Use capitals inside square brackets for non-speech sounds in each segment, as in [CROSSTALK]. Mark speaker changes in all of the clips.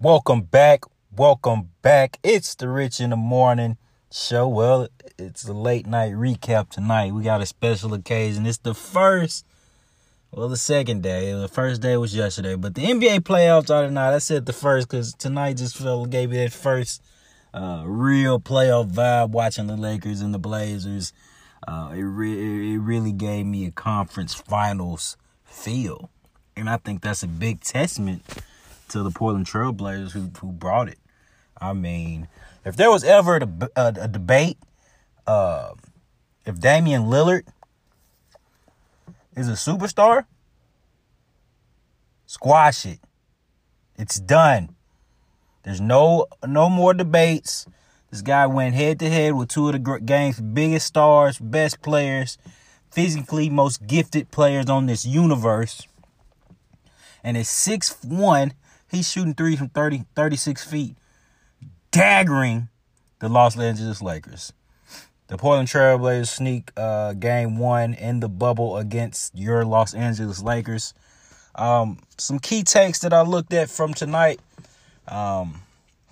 Speaker 1: Welcome back. Welcome back. It's the Rich in the Morning show. Well, it's a late night recap tonight. We got a special occasion. It's the first, well, the second day. The first day was yesterday, but the NBA playoffs are tonight. I said the first because tonight just felt gave me that first uh, real playoff vibe watching the Lakers and the Blazers. Uh, it, re- it really gave me a conference finals feel. And I think that's a big testament to the Portland Trailblazers who, who brought it. I mean, if there was ever a, deb- a, a debate, uh, if Damian Lillard is a superstar, squash it. It's done. There's no no more debates. This guy went head to head with two of the gr- game's biggest stars, best players, physically most gifted players on this universe. And at 6'1, he's shooting three from 30, 36 feet, daggering the Los Angeles Lakers. The Portland Trailblazers sneak uh, game one in the bubble against your Los Angeles Lakers. Um, some key takes that I looked at from tonight. Um,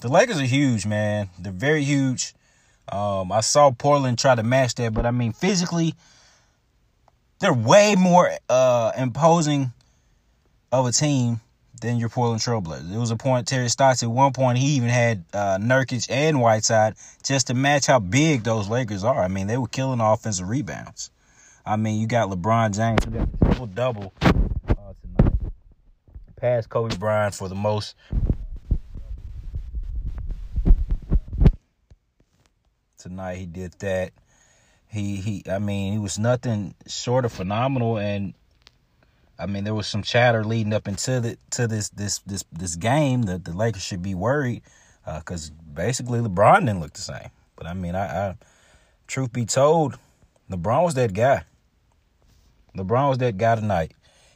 Speaker 1: the Lakers are huge, man. They're very huge. Um, I saw Portland try to match that, but I mean, physically, they're way more uh, imposing of a team than your Portland Trailblazers. It was a point Terry Stotts at one point he even had uh, Nurkic and Whiteside just to match how big those Lakers are. I mean, they were killing offensive rebounds. I mean, you got LeBron James who got a triple double uh, tonight, past Kobe Bryant for the most tonight. He did that. He he. I mean, he was nothing short of phenomenal, and I mean, there was some chatter leading up into the to this this this this game that the Lakers should be worried because basically LeBron didn't look the same. But I mean, I, I truth be told, LeBron was that guy. LeBron was that guy tonight.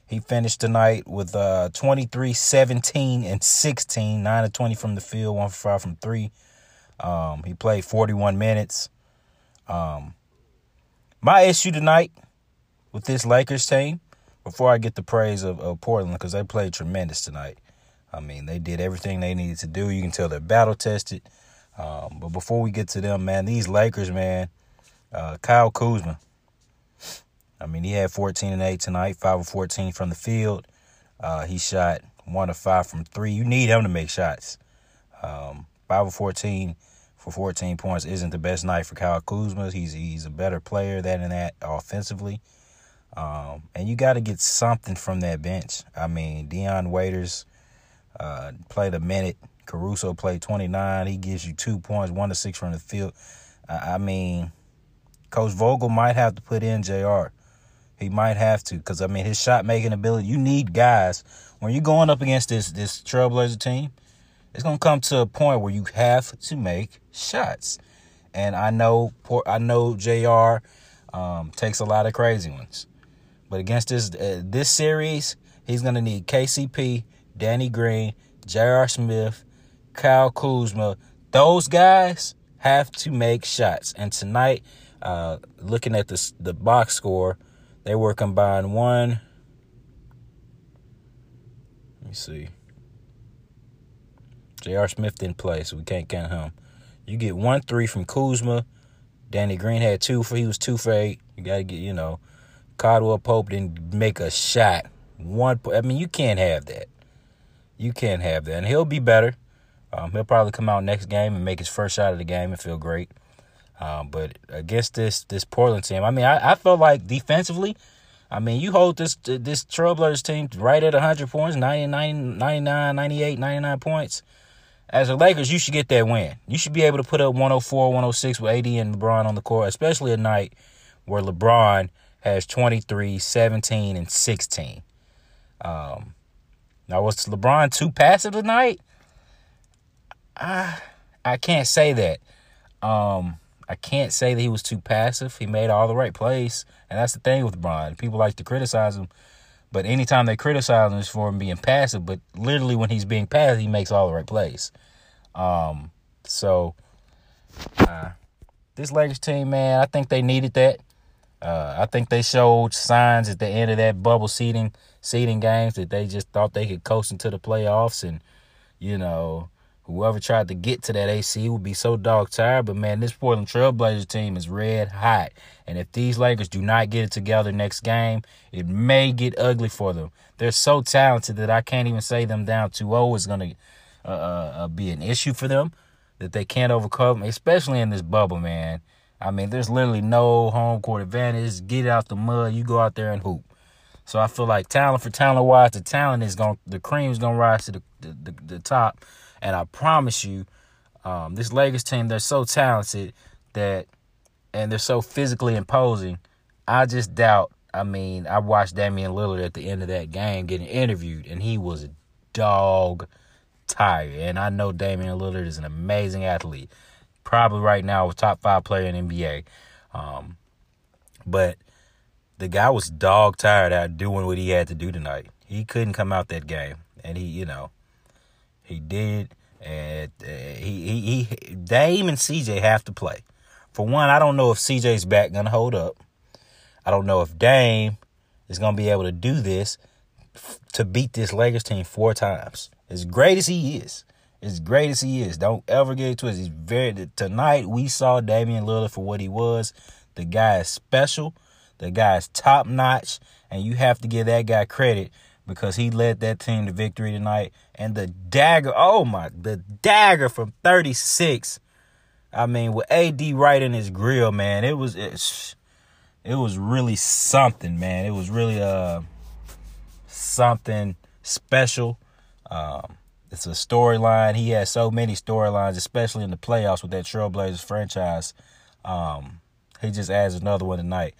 Speaker 1: He finished tonight with uh 23, 17, and 16, 9 of 20 from the field, 1 for 5 from 3. Um, he played 41 minutes. Um, my issue tonight with this Lakers team, before I get the praise of, of Portland, because they played tremendous tonight. I mean, they did everything they needed to do. You can tell they're battle tested. Um, but before we get to them, man, these Lakers, man, uh, Kyle Kuzma. I mean, he had 14 and 8 tonight, 5 of 14 from the field. Uh, he shot 1 of 5 from 3. You need him to make shots. Um, 5 of 14 for 14 points isn't the best night for Kyle Kuzma. He's he's a better player than and that offensively. Um, and you got to get something from that bench. I mean, Deion Waiters uh, played a minute. Caruso played 29. He gives you two points, one to six from the field. I, I mean, Coach Vogel might have to put in JR. He might have to because I mean his shot making ability. You need guys when you're going up against this this Trailblazer team. It's gonna come to a point where you have to make shots, and I know Por- I know Jr. Um, takes a lot of crazy ones, but against this uh, this series, he's gonna need KCP, Danny Green, J.R. Smith, Kyle Kuzma. Those guys have to make shots. And tonight, uh, looking at this the box score, they were combined one. Let me see. J.R. Smith didn't play, so we can't count him. You get one three from Kuzma. Danny Green had two for he was two for eight. You gotta get you know. Caldwell Pope didn't make a shot. One. po- I mean, you can't have that. You can't have that. And he'll be better. Um, he'll probably come out next game and make his first shot of the game and feel great. Um, but against this this Portland team, I mean, I, I felt like defensively, I mean, you hold this this Trailblazers team right at 100 points, 99, 99, 98, 99 points. As the Lakers, you should get that win. You should be able to put up 104, 106 with AD and LeBron on the court, especially a night where LeBron has 23, 17, and 16. Um, now, was LeBron too passive tonight? I, I can't say that. Um, I can't say that he was too passive. He made all the right plays, and that's the thing with LeBron. People like to criticize him, but anytime they criticize him, it's for him being passive. But literally, when he's being passive, he makes all the right plays. Um, so uh, this Lakers team, man, I think they needed that. Uh, I think they showed signs at the end of that bubble seeding seeding games that they just thought they could coast into the playoffs and You know, whoever tried to get to that AC would be so dog tired. But man, this Portland Trailblazers team is red hot. And if these Lakers do not get it together next game, it may get ugly for them. They're so talented that I can't even say them down 2-0 is going to uh, uh, be an issue for them that they can't overcome, especially in this bubble, man. I mean, there's literally no home court advantage. Get out the mud, you go out there and hoop. So I feel like talent for talent wise, the talent is going, the cream's going to rise to the, the, the, the top. And I promise you, um, this Lakers team, they're so talented that, and they're so physically imposing. I just doubt. I mean, I watched Damian Lillard at the end of that game getting interviewed, and he was a dog tired. And I know Damian Lillard is an amazing athlete, probably right now a top five player in NBA. Um, but the guy was dog tired out doing what he had to do tonight. He couldn't come out that game, and he, you know, he did, and uh, he, he, he, Dame and CJ have to play. For one, I don't know if CJ's back gonna hold up. I don't know if Dame is gonna be able to do this f- to beat this Lakers team four times. As great as he is, as great as he is, don't ever get it twisted. He's very tonight. We saw Damian Lillard for what he was. The guy is special. The guy is top notch, and you have to give that guy credit because he led that team to victory tonight. And the dagger, oh my, the dagger from 36. I mean, with AD right in his grill, man, it was it, it was really something, man. It was really uh something special. Um, it's a storyline. He has so many storylines, especially in the playoffs with that Trailblazers franchise. Um, he just adds another one tonight.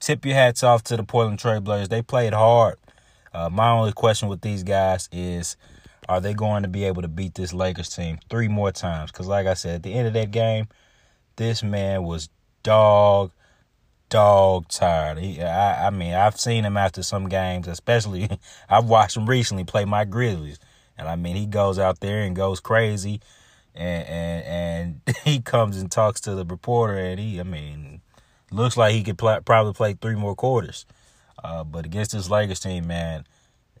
Speaker 1: Tip your hats off to the Portland Trailblazers. They played hard. Uh, my only question with these guys is, are they going to be able to beat this Lakers team three more times? Because, like I said, at the end of that game, this man was dog, dog tired. He, I, I mean, I've seen him after some games, especially [LAUGHS] I've watched him recently play my Grizzlies, and I mean, he goes out there and goes crazy, and and [LAUGHS] and he comes and talks to the reporter, and he, I mean, looks like he could pl- probably play three more quarters. Uh, but against this Lakers team, man,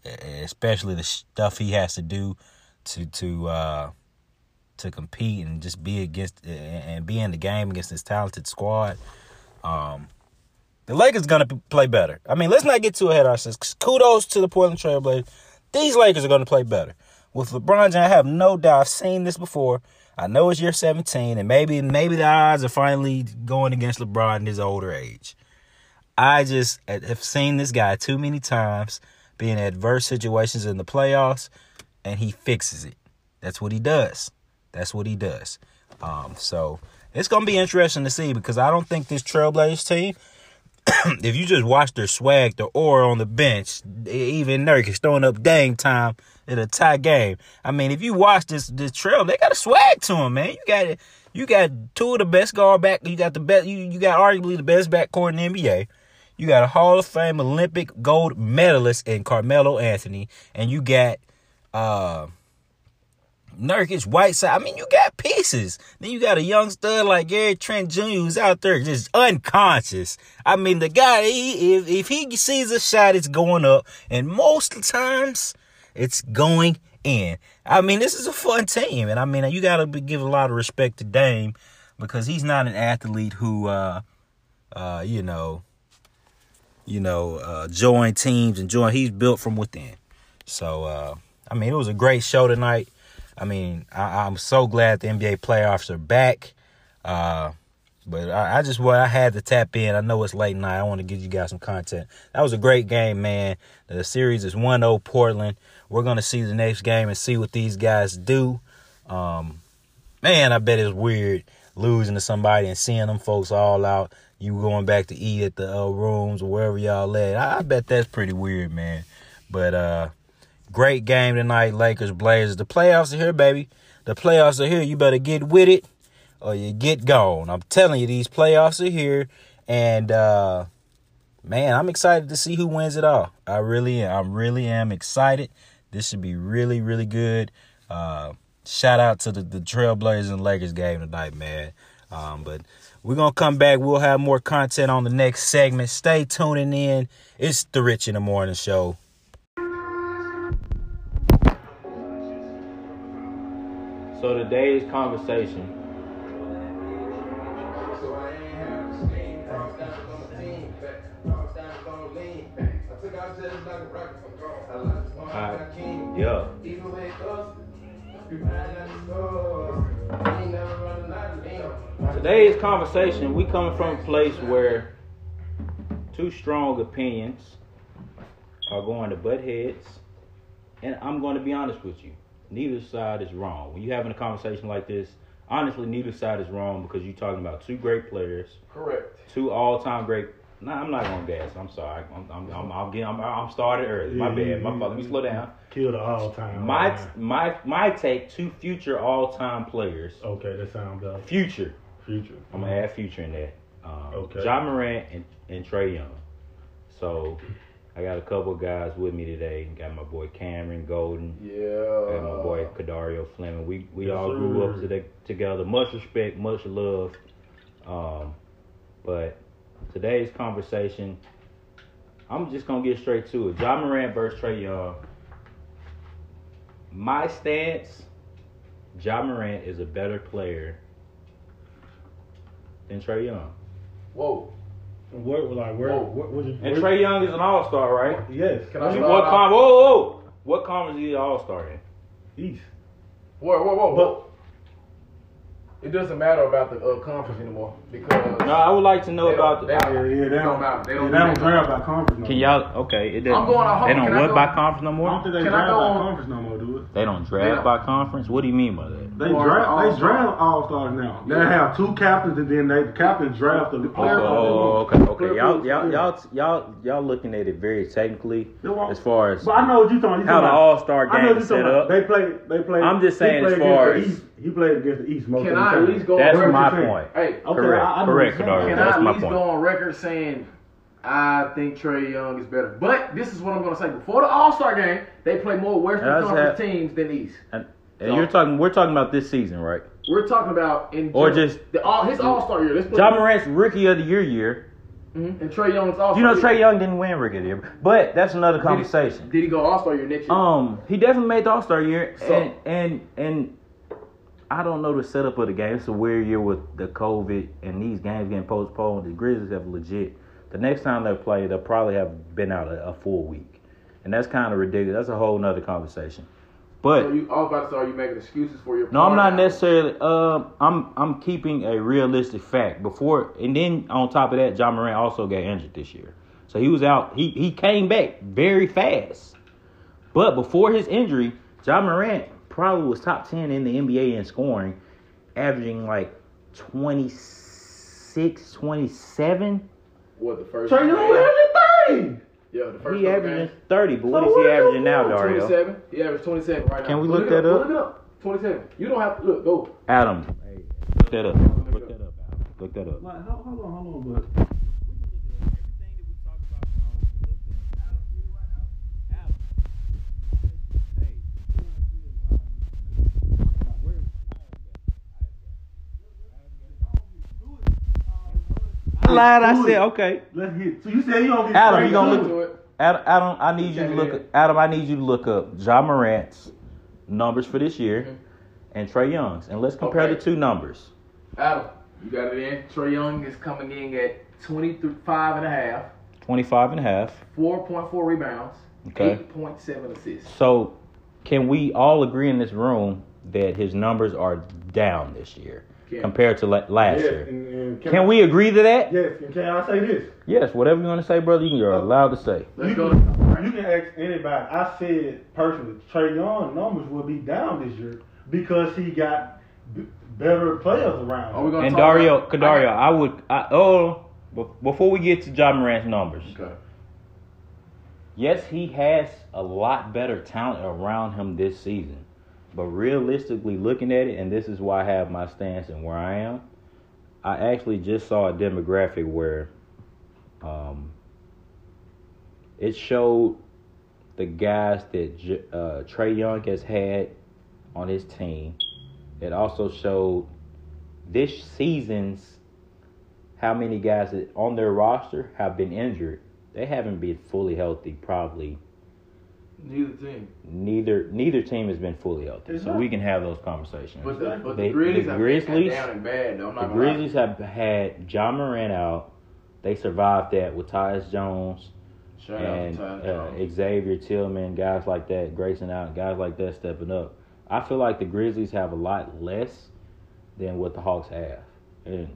Speaker 1: e-, especially the stuff he has to do to to uh, to compete and just be against and be in the game against this talented squad, um, the Lakers gonna p- play better. I mean, let's not get too ahead of ourselves. Kudos to the Portland Trailblazers. These Lakers are gonna play better with LeBron James. I have no doubt. I've seen this before. I know it's year 17, and maybe maybe the odds are finally going against LeBron in his older age. I just uh, have seen this guy too many times be in adverse situations in the playoffs, and he fixes it. That's what he does. That's what he does. Um, so it's gonna be interesting to see because I don't think this Trailblazers team. [CLEARS THROAT] if you just watch their swag, their aura on the bench, e, even Nurkic throwing up dang time in a tie game. I mean, if you watch this this trail, they got a swag to them, man. You got it. You got two of the best guard back. You got the best. You you got arguably the best backcourt in the NBA. You got a Hall of Fame Olympic gold medalist in Carmelo Anthony, and you got uh Nurkic, Whiteside. I mean, you got pieces. Then you got a young stud like Gary Trent Jr. who's out there just unconscious. I mean, the guy, he, if, if he sees a shot, it's going up. And most times, it's going in. I mean, this is a fun team. And I mean, you got to give a lot of respect to Dame because he's not an athlete who, uh, uh, you know, you know, uh, join teams and join. He's built from within. So, uh, I mean, it was a great show tonight. I mean, I, am so glad the NBA playoffs are back. Uh, but I, I just what well, I had to tap in. I know it's late night. I want to give you guys some content. That was a great game, man. The series is 1-0 Portland. We're gonna see the next game and see what these guys do. Um, man, I bet it's weird losing to somebody and seeing them folks all out you going back to eat at the uh, rooms or wherever y'all at. I, I, bet that's pretty weird, man. But uh, great game tonight, Lakers Blazers. The playoffs are here, baby. The playoffs are here. You better get with it or you get gone. I'm telling you, these playoffs are here, and uh, man, I'm excited to see who wins it all. I really am. I really am excited. This should be really, really good. Uh, shout out to the, the Trailblazers and Lakers game tonight, man. Um, but we're gonna come back. We'll have more content on the next segment. Stay tuning in. It's the Rich in the Morning Show. So today's conversation. Alright. Yeah. Today's conversation, we coming from a place where two strong opinions are going to butt heads. And I'm going to be honest with you. Neither side is wrong. When you're having a conversation like this, honestly, neither side is wrong because you're talking about two great players,
Speaker 2: Correct.
Speaker 1: two all-time great. No, I'm not going to gas. I'm sorry. I'm I'm I'm, I'm, getting, I'm, I'm started early. My bad. My fault. Let me slow down.
Speaker 2: Kill the all time.
Speaker 1: My my my take: two future all-time players.
Speaker 2: Okay, that sounds better.
Speaker 1: Future.
Speaker 2: Future.
Speaker 1: I'm gonna add future in there. Um,
Speaker 2: Okay.
Speaker 1: John Morant and, and Trey Young. So I got a couple of guys with me today. Got my boy Cameron Golden.
Speaker 2: Yeah.
Speaker 1: Got my boy Kadario Fleming. We we
Speaker 2: Yes,
Speaker 1: all grew up
Speaker 2: sir.
Speaker 1: today, together. Much respect, much love. Um, but today's conversation, I'm just gonna get straight to it. John Moran versus Trey Young. My stance: John Moran is a better player than Trey Young,
Speaker 3: Whoa.
Speaker 2: Where, like, where,
Speaker 3: Whoa.
Speaker 2: what was
Speaker 1: and Trey Young is an All Star, right?
Speaker 2: Yes.
Speaker 3: Oh, Can I
Speaker 1: What,
Speaker 3: start
Speaker 1: what
Speaker 3: out?
Speaker 1: con- Whoa, whoa! whoa. What conference is he All Star in?
Speaker 2: East.
Speaker 3: Whoa, whoa, whoa.
Speaker 2: But-
Speaker 3: whoa. It doesn't matter about the uh, conference anymore because
Speaker 1: No, I would like to know
Speaker 3: They don't-
Speaker 1: about the.
Speaker 3: they don't-
Speaker 2: Yeah, yeah, they don't,
Speaker 3: don't matter. They
Speaker 2: yeah,
Speaker 3: don't-
Speaker 2: they don't
Speaker 3: they
Speaker 2: care
Speaker 3: don't-
Speaker 2: about conference no
Speaker 1: Can
Speaker 2: more.
Speaker 1: y'all? Okay, it doesn't.
Speaker 3: I'm going home.
Speaker 1: They don't
Speaker 3: Can I
Speaker 1: what
Speaker 3: go-
Speaker 1: by conference no
Speaker 2: I don't
Speaker 1: more.
Speaker 2: think they
Speaker 3: Can I
Speaker 2: draft
Speaker 3: go
Speaker 2: by
Speaker 3: on-
Speaker 2: conference no more, do it.
Speaker 1: They don't
Speaker 3: They
Speaker 1: draft
Speaker 3: don't-
Speaker 1: by conference. What do you mean by that?
Speaker 2: They
Speaker 3: Or
Speaker 2: draft,
Speaker 3: all-stars.
Speaker 2: they draft all stars now. They have two captains, and then they the captain draft the
Speaker 1: Oh,
Speaker 2: player.
Speaker 1: oh, okay, okay.
Speaker 2: Clear
Speaker 1: Y'all,
Speaker 2: blue,
Speaker 1: y'all,
Speaker 2: yeah.
Speaker 1: y'all, y'all, y'all looking at it very technically
Speaker 2: They want-
Speaker 1: as far as.
Speaker 2: But I know what you're talking. you
Speaker 1: How
Speaker 2: talking
Speaker 1: the
Speaker 2: about-
Speaker 1: All-Star
Speaker 2: I know
Speaker 1: game
Speaker 2: what you
Speaker 1: is
Speaker 2: talking
Speaker 1: set
Speaker 2: about.
Speaker 1: up.
Speaker 2: They play. They play.
Speaker 1: I'm just
Speaker 2: he
Speaker 1: saying
Speaker 2: played
Speaker 1: as far
Speaker 2: against the
Speaker 1: as-
Speaker 2: East, he played against the East most
Speaker 3: Can
Speaker 2: of the
Speaker 3: I at
Speaker 2: time.
Speaker 3: least go
Speaker 1: That's
Speaker 3: on record?
Speaker 1: my
Speaker 2: saying.
Speaker 1: point.
Speaker 3: Hey,
Speaker 2: Okay,
Speaker 1: Correct-
Speaker 2: I, I know
Speaker 1: correct,
Speaker 2: what you're
Speaker 1: Kadari.
Speaker 2: saying.
Speaker 3: can
Speaker 1: Oh, that's
Speaker 3: I
Speaker 1: my
Speaker 3: at least
Speaker 1: point.
Speaker 3: go on record saying I think Trey Young is better? But this is what I'm gonna say. Before the All Star game, they play more Western
Speaker 1: That's
Speaker 3: Conference
Speaker 1: that-
Speaker 3: teams than East.
Speaker 1: And, and you're talking. We're talking about this season, right?
Speaker 3: We're talking about in
Speaker 1: Or
Speaker 3: general-
Speaker 1: just-
Speaker 3: the all his All Star year. Let's put
Speaker 1: John Morant's Rookie of the Year year.
Speaker 3: Mhm. and Trey Young's All Star.
Speaker 1: You know, Trey Young didn't win Rookie of the Year, but that's another conversation.
Speaker 3: Did he go All Star year next year?
Speaker 1: Um, he definitely made the All Star year,
Speaker 3: So-
Speaker 1: and and and I don't know the setup of the game. It's a weird year with the COVID and these games getting postponed. The Grizzlies have legit. The next time they play, they'll probably have been out a, a full week, and that's kind of ridiculous. That's a whole nother conversation. But
Speaker 3: so you all about to say, are you making excuses for your?
Speaker 1: no, I'm not
Speaker 3: partner?
Speaker 1: necessarily. Um, I'm I'm keeping a realistic fact before, and then on top of that, John Moran also got injured this year, so he was out. He he came back very fast, but before his injury, John Moran probably was top ten in the NBA in scoring, averaging like 26, 27.
Speaker 3: What the first?
Speaker 2: Trey Young
Speaker 3: Yeah,
Speaker 2: averaged
Speaker 3: the first.
Speaker 1: He
Speaker 3: couple
Speaker 1: averaging
Speaker 3: games.
Speaker 1: thirty, but what
Speaker 2: So
Speaker 1: is
Speaker 2: what
Speaker 1: he
Speaker 2: are you
Speaker 1: averaging now,
Speaker 2: doing?
Speaker 1: Dario?
Speaker 3: 27. He averaged 27 right now.
Speaker 1: Can we
Speaker 3: Go
Speaker 1: look
Speaker 3: it
Speaker 1: that up?
Speaker 3: Look it up. 27. You don't have to look. Go.
Speaker 1: Adam, hey, look that up. Look that up. Adam. Look that up.
Speaker 2: Like, hold, hold on, hold on, but
Speaker 1: I lied. I
Speaker 2: Do
Speaker 1: said
Speaker 2: it.
Speaker 1: okay.
Speaker 2: let's get. So you said you don't get.
Speaker 1: Adam,
Speaker 2: Trey
Speaker 1: you gonna
Speaker 2: Young.
Speaker 1: look-
Speaker 3: Do it.
Speaker 1: Adam, Adam, I need you to
Speaker 3: Yeah,
Speaker 1: look.
Speaker 3: yeah.
Speaker 1: Adam, I need you to look up John Morant's numbers for this year and Trey Young's, and let's compare
Speaker 3: Mm-hmm. Okay.
Speaker 1: the two numbers.
Speaker 3: Adam, you got it in. Trey Young is coming in at 25 and a half,
Speaker 1: 25 and a half.
Speaker 3: 4.4 rebounds,
Speaker 1: Okay.
Speaker 3: 8.7 assists.
Speaker 1: So, can we all agree in this room that his numbers are down this year
Speaker 3: Yeah.
Speaker 1: compared to la- last
Speaker 2: Yes,
Speaker 1: year?
Speaker 2: and, and
Speaker 1: Can we agree to that?
Speaker 2: Yes, and can I say this?
Speaker 1: Yes. Whatever you want to say, brother, you- you're allowed to say.
Speaker 3: Let's
Speaker 2: you,
Speaker 3: go.
Speaker 2: Can, you can ask anybody. I said personally, Trey Young numbers will be down this year because he got b- better players around.
Speaker 3: Are we
Speaker 2: him.
Speaker 3: gonna
Speaker 1: And
Speaker 3: talk
Speaker 1: Dario,
Speaker 3: about-
Speaker 1: Kadario, I would. I, oh, be- before we get to John Morant's numbers,
Speaker 3: Okay.
Speaker 1: Yes, he has a lot better talent around him this season. But realistically looking at it, and this is why I have my stance and where I am, I actually just saw a demographic where um, it showed the guys that J- uh, Trey Young has had on his team. It also showed this season's how many guys that on their roster have been injured. They haven't been fully healthy probably
Speaker 3: Neither team.
Speaker 1: Neither neither team has been fully healthy, so
Speaker 2: Exactly.
Speaker 1: we can have those conversations.
Speaker 3: But the, but
Speaker 1: They-
Speaker 3: the Grizzlies,
Speaker 1: the
Speaker 3: I think,
Speaker 1: Grizzlies-
Speaker 3: got down and bad though. I'm not
Speaker 1: The
Speaker 3: gonna lie.
Speaker 1: Grizzlies have had John Moran out. They survived that with Tyus Jones
Speaker 3: Shout out to
Speaker 1: and
Speaker 3: Ty
Speaker 1: uh,
Speaker 3: Jones.
Speaker 1: Xavier Tillman, guys like that, Grayson out, guys like that stepping up. I feel like the Grizzlies have a lot less than what the Hawks have. And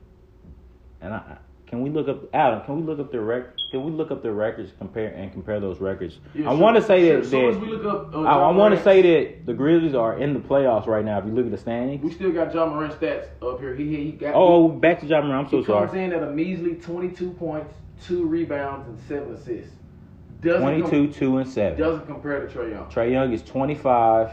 Speaker 1: and I can we look up Adam? Can we look up their rec? Can we look up their records compare and compare those records?
Speaker 3: Yeah,
Speaker 1: I
Speaker 3: sure-
Speaker 1: want to say
Speaker 3: sure,
Speaker 1: that,
Speaker 3: as soon
Speaker 1: that
Speaker 3: as we look up, uh,
Speaker 1: Oh, I,
Speaker 3: John
Speaker 1: want to
Speaker 3: Morant,
Speaker 1: say that the Grizzlies are in the playoffs right now. If you look at the standings.
Speaker 3: we still got John Moran stats up here. He he got.
Speaker 1: Oh, back to John Moran. I'm
Speaker 3: he,
Speaker 1: so
Speaker 3: he comes
Speaker 1: sorry.
Speaker 3: in at a measly 22 points, two rebounds, and seven assists. Doesn't com-
Speaker 1: 22, 2, and 7.
Speaker 3: doesn't compare to Trey Young.
Speaker 1: Trey Young is 25,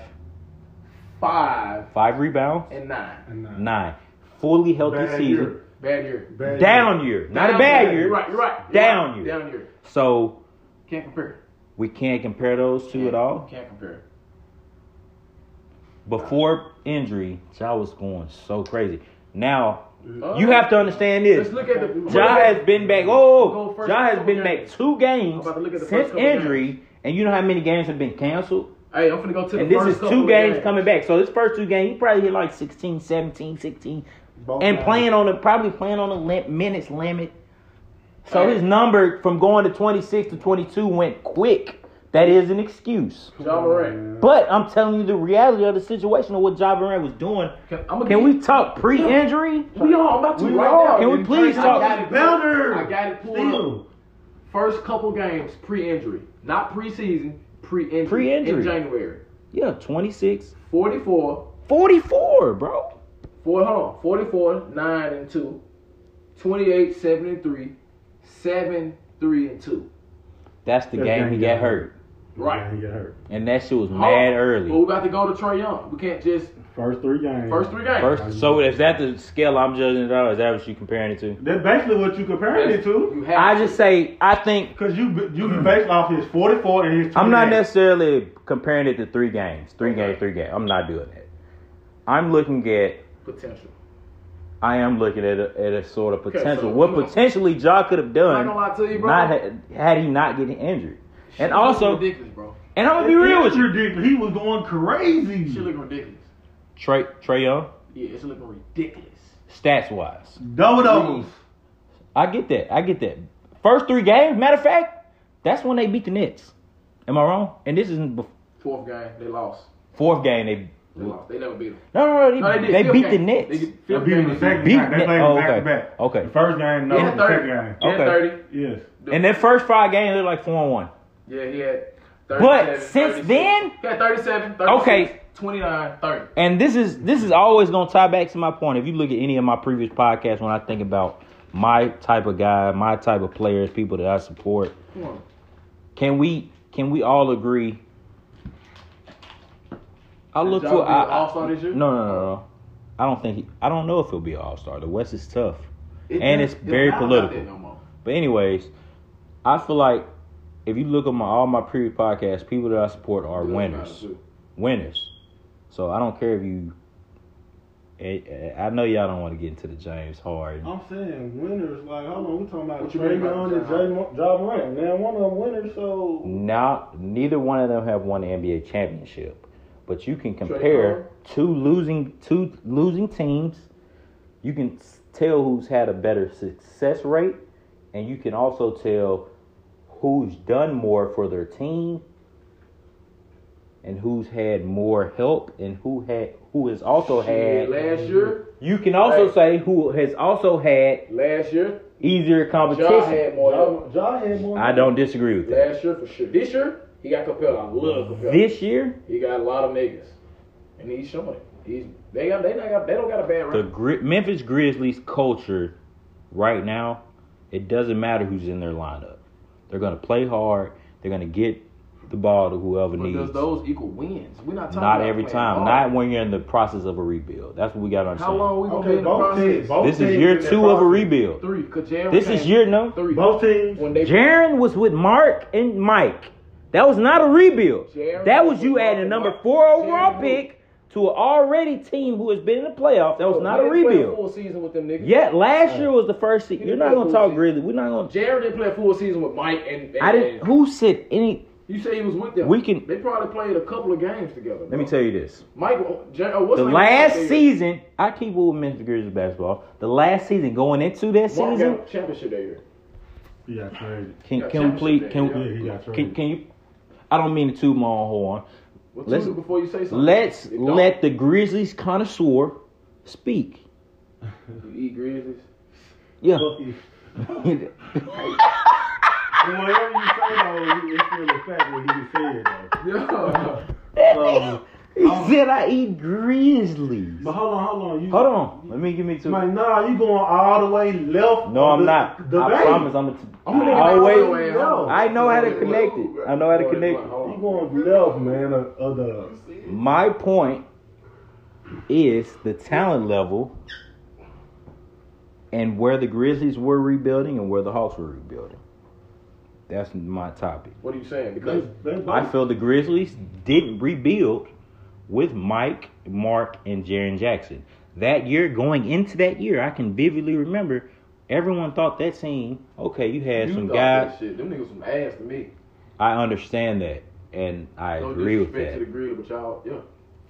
Speaker 3: Five
Speaker 1: 5 rebounds,
Speaker 3: and nine.
Speaker 2: And, uh,
Speaker 1: 9. Fully healthy
Speaker 2: bad
Speaker 1: season.
Speaker 2: year.
Speaker 3: Bad year.
Speaker 2: Bad year.
Speaker 1: Down year. Not a
Speaker 3: Down
Speaker 1: bad
Speaker 3: year.
Speaker 1: year.
Speaker 3: You're right. You're right. You're
Speaker 1: Down
Speaker 3: right.
Speaker 1: year.
Speaker 3: Down year.
Speaker 1: So
Speaker 3: Can't compare.
Speaker 1: we can't compare those two
Speaker 3: Can't-
Speaker 1: at all.
Speaker 3: Can't compare.
Speaker 1: Before injury, Ja was going so crazy. Now,
Speaker 3: Uh,
Speaker 1: you have to understand this.
Speaker 3: Let's look at the.
Speaker 1: Ja has been back. Oh,
Speaker 3: Go first
Speaker 1: Ja has
Speaker 3: couple
Speaker 1: been back
Speaker 3: games.
Speaker 1: two games
Speaker 3: I'm about to look at the first
Speaker 1: since
Speaker 3: couple games.
Speaker 1: injury, and you know how many games have been canceled?
Speaker 3: Hey, I'm finna go to the
Speaker 1: And this
Speaker 3: first
Speaker 1: is
Speaker 3: couple
Speaker 1: two
Speaker 3: of
Speaker 1: games coming back. So this first two games, he probably hit like 16, 17, 16,
Speaker 2: Both
Speaker 1: and
Speaker 2: sides.
Speaker 1: playing on the probably playing on the lim- minutes limit. So
Speaker 3: Hey.
Speaker 1: his number from going to 26 to 22 went quick. That is an excuse.
Speaker 3: John Moran.
Speaker 1: But I'm telling you the reality of the situation of what Ja Morant was doing.
Speaker 3: Can, I'm
Speaker 1: Can we talk pre-injury?
Speaker 3: We are. I'm about to
Speaker 2: We
Speaker 3: right
Speaker 2: are.
Speaker 3: now.
Speaker 1: Can we
Speaker 3: dude.
Speaker 1: please
Speaker 3: I
Speaker 1: talk-
Speaker 3: got it.
Speaker 2: Bounder!
Speaker 3: I got it pulled up.
Speaker 2: Steal.
Speaker 3: First couple games pre-injury, not pre-season, pre-injury.
Speaker 1: Pre-injury.
Speaker 3: in January.
Speaker 1: Yeah, 26,
Speaker 3: 44,
Speaker 1: 44, bro.
Speaker 3: four, hold on, 44, 9 and 2, 28, 7 and 3, 7, 3 and 2.
Speaker 1: That's the
Speaker 2: That
Speaker 1: game
Speaker 2: game
Speaker 1: he got
Speaker 2: got
Speaker 1: hurt,
Speaker 3: Right.
Speaker 2: Yeah, he got hurt.
Speaker 1: and that shit was mad
Speaker 3: Oh, But
Speaker 1: early.
Speaker 3: we got to go to Trey Young. We can't just
Speaker 2: First three games.
Speaker 3: first three games.
Speaker 1: First, so is that the scale I'm judging it on? Is that what you comparing it to?
Speaker 2: That's basically what you comparing it to.
Speaker 3: You have
Speaker 1: I just say I think
Speaker 2: Because you you be based off his 44 and his 28.
Speaker 1: I'm not necessarily comparing it to three games, three games, three games. I'm not doing that. I'm looking at
Speaker 3: potential.
Speaker 1: I am looking at a, at a sort of potential.
Speaker 3: so-
Speaker 1: what potentially Ja could have
Speaker 3: I'm
Speaker 1: done,
Speaker 3: not gonna lie to you, bro.
Speaker 1: not had, had he not getting injured. And
Speaker 3: Shit
Speaker 1: also,
Speaker 3: looking ridiculous, bro.
Speaker 1: and I'm gonna be
Speaker 2: It
Speaker 1: real
Speaker 2: is
Speaker 1: with you,
Speaker 2: ridiculous. He was going crazy.
Speaker 3: She looking ridiculous.
Speaker 1: Trey Trey Young,
Speaker 3: Yeah, it's looking ridiculous.
Speaker 1: stats wise,
Speaker 2: Double doubles.
Speaker 1: I get that. I get that. First three games, matter of fact, that's when they beat the Nets. Am I wrong? And this isn't bef-
Speaker 3: Fourth game, they lost.
Speaker 1: fourth game. They
Speaker 3: They lost. They never beat them.
Speaker 1: no no no. They,
Speaker 3: No, they did.
Speaker 1: they
Speaker 3: Fifth
Speaker 1: beat
Speaker 3: game.
Speaker 1: the Nets.
Speaker 3: They
Speaker 2: They
Speaker 3: fifth
Speaker 2: beat him
Speaker 3: game.
Speaker 2: the second
Speaker 1: Beat
Speaker 2: time. They
Speaker 1: Net-
Speaker 2: played
Speaker 1: oh,
Speaker 2: back
Speaker 1: okay.
Speaker 2: to back.
Speaker 1: Okay.
Speaker 2: The first game, no.
Speaker 3: Yeah,
Speaker 2: The second
Speaker 3: thirty.
Speaker 2: game.
Speaker 3: Yeah,
Speaker 1: Okay.
Speaker 3: thirty.
Speaker 2: Yes.
Speaker 1: And their first five games looked like four and one.
Speaker 3: Yeah, he had. 37,
Speaker 1: But since
Speaker 3: 36.
Speaker 1: then-
Speaker 3: he had 37, 36,
Speaker 1: Okay.
Speaker 3: 29, 30.
Speaker 1: And this is this is always gonna tie back to my point. If you look at any of my previous podcasts, when I think about my type of guy, my type of players, people that I support,
Speaker 3: Come on.
Speaker 1: can we can we all agree? I look for I, I-
Speaker 3: All Star this year.
Speaker 1: no no no no. I don't think he, I don't know if he'll be an all star. The West is tough, and it's
Speaker 3: it's
Speaker 1: very
Speaker 3: not like
Speaker 1: political.
Speaker 3: that no more.
Speaker 1: But anyways, I feel like if you look at my all my previous podcasts, people that I support are
Speaker 3: It doesn't matter,
Speaker 1: winners.
Speaker 3: too.
Speaker 1: winners. So I don't care if you. I- I know y'all don't want to get into the James Harden.
Speaker 2: I'm saying winners. Like, hold on, we talking about
Speaker 3: What you mean
Speaker 2: Trey
Speaker 3: by
Speaker 2: Young
Speaker 3: Ja
Speaker 2: and Jay Mo- Ja Morant. Man, one of them winners. So
Speaker 1: Now, neither one of them have won the NBA championship, but you can
Speaker 3: Harden?
Speaker 1: compare two losing two losing teams. You can s- tell who's had a better success rate, and you can also tell who's done more for their team, and who's had more help, and who had who has also had
Speaker 3: Shit, last year,
Speaker 1: You can also say who has also had
Speaker 3: last year,
Speaker 1: easier
Speaker 3: Ja
Speaker 1: competition.
Speaker 3: had more. help.
Speaker 2: Ja, ja had more.
Speaker 1: I don't disagree with that.
Speaker 3: Last year for sure. This year, he got Capella. I love Capella.
Speaker 1: This year,
Speaker 3: he got a lot of niggas, and he's showing it. He's they got they not got they don't got a bad
Speaker 1: the
Speaker 3: record.
Speaker 1: Gri- Memphis Grizzlies culture right now, it doesn't matter who's in their lineup. They're gonna play hard. They're gonna get the ball to whoever
Speaker 3: But does
Speaker 1: needs.
Speaker 3: those equal wins? We're not talking
Speaker 1: Not
Speaker 3: about
Speaker 1: every
Speaker 3: playing
Speaker 1: time.
Speaker 3: hard.
Speaker 1: Not when you're in the process of a rebuild. That's what we gotta
Speaker 3: How
Speaker 1: understand.
Speaker 3: long we gonna be
Speaker 2: Okay,
Speaker 3: in the
Speaker 2: both
Speaker 3: process?
Speaker 2: teams. Both
Speaker 1: this is
Speaker 2: teams
Speaker 1: year
Speaker 2: in that
Speaker 1: two of a
Speaker 2: process.
Speaker 1: rebuild.
Speaker 3: Three. 'cause Jaren
Speaker 1: This is
Speaker 3: came-
Speaker 1: year no.
Speaker 3: three.
Speaker 2: Both teams.
Speaker 3: When they
Speaker 1: Jaron was with Mark and Mike. That was not a rebuild.
Speaker 3: Jaren
Speaker 1: that was
Speaker 3: was
Speaker 1: you
Speaker 3: with
Speaker 1: adding
Speaker 3: Mark
Speaker 1: number
Speaker 3: and Mike.
Speaker 1: four overall
Speaker 3: Jaren who?
Speaker 1: pick to an already team who has been in the playoffs. That was not a
Speaker 3: He didn't play
Speaker 1: rebuild.
Speaker 3: Full season with them niggas.
Speaker 1: Yet last year was the first season.
Speaker 3: He
Speaker 1: You're not
Speaker 3: didn't play
Speaker 1: gonna
Speaker 3: full
Speaker 1: talk
Speaker 3: season.
Speaker 1: Grizzly. We're not gonna.
Speaker 3: Jared didn't play a full season with Mike and. and
Speaker 1: I didn't.
Speaker 3: and-
Speaker 1: Who said any?
Speaker 3: You say he was with them.
Speaker 1: We can-
Speaker 3: They probably played a couple of games together.
Speaker 1: Let me tell you this.
Speaker 3: Michael. J- oh, what's
Speaker 1: The
Speaker 3: his name?
Speaker 1: last
Speaker 3: Michael-
Speaker 1: season, I keep with Mr. Grizzlies basketball. The last season, going into that
Speaker 3: Mark
Speaker 1: season,
Speaker 3: got championship that year.
Speaker 2: He got traded.
Speaker 1: can
Speaker 3: got
Speaker 1: can we please
Speaker 3: championship
Speaker 1: can,
Speaker 3: there,
Speaker 2: yeah. Yeah, he got
Speaker 1: can
Speaker 2: traded.
Speaker 1: can you? I don't mean to toot my own horn.
Speaker 3: Well,
Speaker 1: Let's-
Speaker 3: Tudor, before you say something,
Speaker 1: Let's
Speaker 3: it don't-
Speaker 1: let the Grizzlies connoisseur speak.
Speaker 3: you eat Grizzlies. [LAUGHS]
Speaker 1: Yeah. [LAUGHS]
Speaker 2: Fuck you. And whatever you say though, you- it's really fact what he said though.
Speaker 1: [LAUGHS]
Speaker 3: Yeah. um,
Speaker 2: So,
Speaker 1: he [LAUGHS] said I eat Grizzlies.
Speaker 2: but hold on, hold on. You,
Speaker 1: Hold on. Let me give me two.
Speaker 2: Man, nah, you going all the way left.
Speaker 1: No, I'm
Speaker 2: of the,
Speaker 1: not.
Speaker 2: The
Speaker 1: I
Speaker 2: bank.
Speaker 1: promise I'm a.
Speaker 3: I'm gonna
Speaker 1: I
Speaker 3: get back to
Speaker 1: always.
Speaker 3: the way it
Speaker 2: no.
Speaker 3: happened.
Speaker 1: I know how to connect it. I know how to
Speaker 3: Hold on,
Speaker 1: connect
Speaker 3: hold
Speaker 1: it.
Speaker 3: on,
Speaker 2: You
Speaker 3: hold
Speaker 2: going left, man? Of, of the
Speaker 3: on.
Speaker 1: My point is the talent level and where the Grizzlies were rebuilding and where the Hawks were rebuilding. That's my topic.
Speaker 3: What are you saying?
Speaker 2: they,
Speaker 3: Because
Speaker 2: they both,
Speaker 1: I feel the Grizzlies didn't rebuild with Mike, Mark, and Jaron Jackson. That year, going into that year, I can vividly remember everyone thought that team, okay, you had
Speaker 3: you
Speaker 1: some
Speaker 3: thought
Speaker 1: guys.
Speaker 3: that Shit. Them niggas some ass to me.
Speaker 1: I understand that, and I
Speaker 3: No
Speaker 1: agree with
Speaker 3: disrespect
Speaker 1: that.
Speaker 3: To the Grizzlies, but y'all, yeah.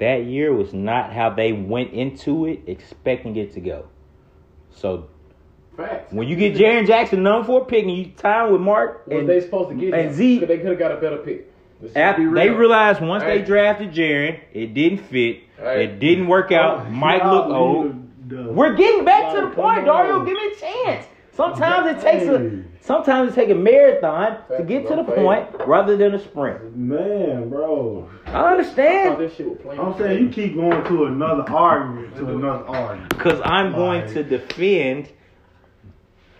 Speaker 1: that year was not how they went into it expecting it to go. So
Speaker 3: Facts.
Speaker 1: when you get Jaron Jackson number four pick and you tie him with Mark
Speaker 3: was
Speaker 1: and
Speaker 3: they supposed to get
Speaker 1: and
Speaker 3: him?
Speaker 1: Zeke-
Speaker 3: 'Cause they could have got a better pick. Let's
Speaker 1: af-
Speaker 3: be
Speaker 1: they
Speaker 3: real.
Speaker 1: realized once they
Speaker 3: Hey.
Speaker 1: drafted Jaron, it didn't fit,
Speaker 3: Hey.
Speaker 1: it didn't work out. Mike
Speaker 2: Y'all
Speaker 1: looked
Speaker 2: leave
Speaker 1: old.
Speaker 2: the-
Speaker 1: We're getting back to the
Speaker 2: Oh, Come
Speaker 1: point,
Speaker 2: on.
Speaker 1: Dario. Give me a chance. Sometimes it takes a
Speaker 2: Hey.
Speaker 1: sometimes it takes a marathon to
Speaker 3: Facts,
Speaker 1: get to
Speaker 3: bro.
Speaker 1: the point rather than a sprint.
Speaker 2: Man, bro.
Speaker 1: I
Speaker 3: I thought
Speaker 1: understand
Speaker 3: Oh, this shit was playing.
Speaker 2: I'm saying you keep going to another argument, to another argument.
Speaker 1: because I'm going
Speaker 2: Like-
Speaker 1: to defend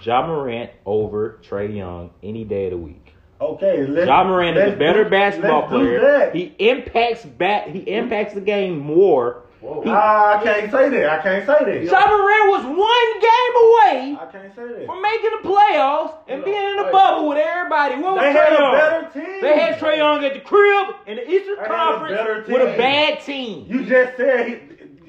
Speaker 1: Ja Morant over Trey Young any day of the week.
Speaker 2: Okay, let's.
Speaker 1: John Moran is
Speaker 2: let's
Speaker 1: a better
Speaker 2: do-
Speaker 1: basketball
Speaker 2: let's
Speaker 1: player.
Speaker 2: Do that.
Speaker 1: He impacts bat. He impacts the game more.
Speaker 3: Whoa.
Speaker 1: he-
Speaker 2: Ah, I can't say that. I can't say that.
Speaker 1: John Moran was one game away
Speaker 2: I can't say that.
Speaker 1: from making the playoffs and being in the bubble with everybody. What was
Speaker 2: They
Speaker 1: Trae
Speaker 2: had a
Speaker 1: Young?
Speaker 2: better team.
Speaker 1: They had Trey Young at the crib in the Eastern
Speaker 2: They had a better
Speaker 1: Conference
Speaker 2: team.
Speaker 1: with a bad team.
Speaker 2: You just said he.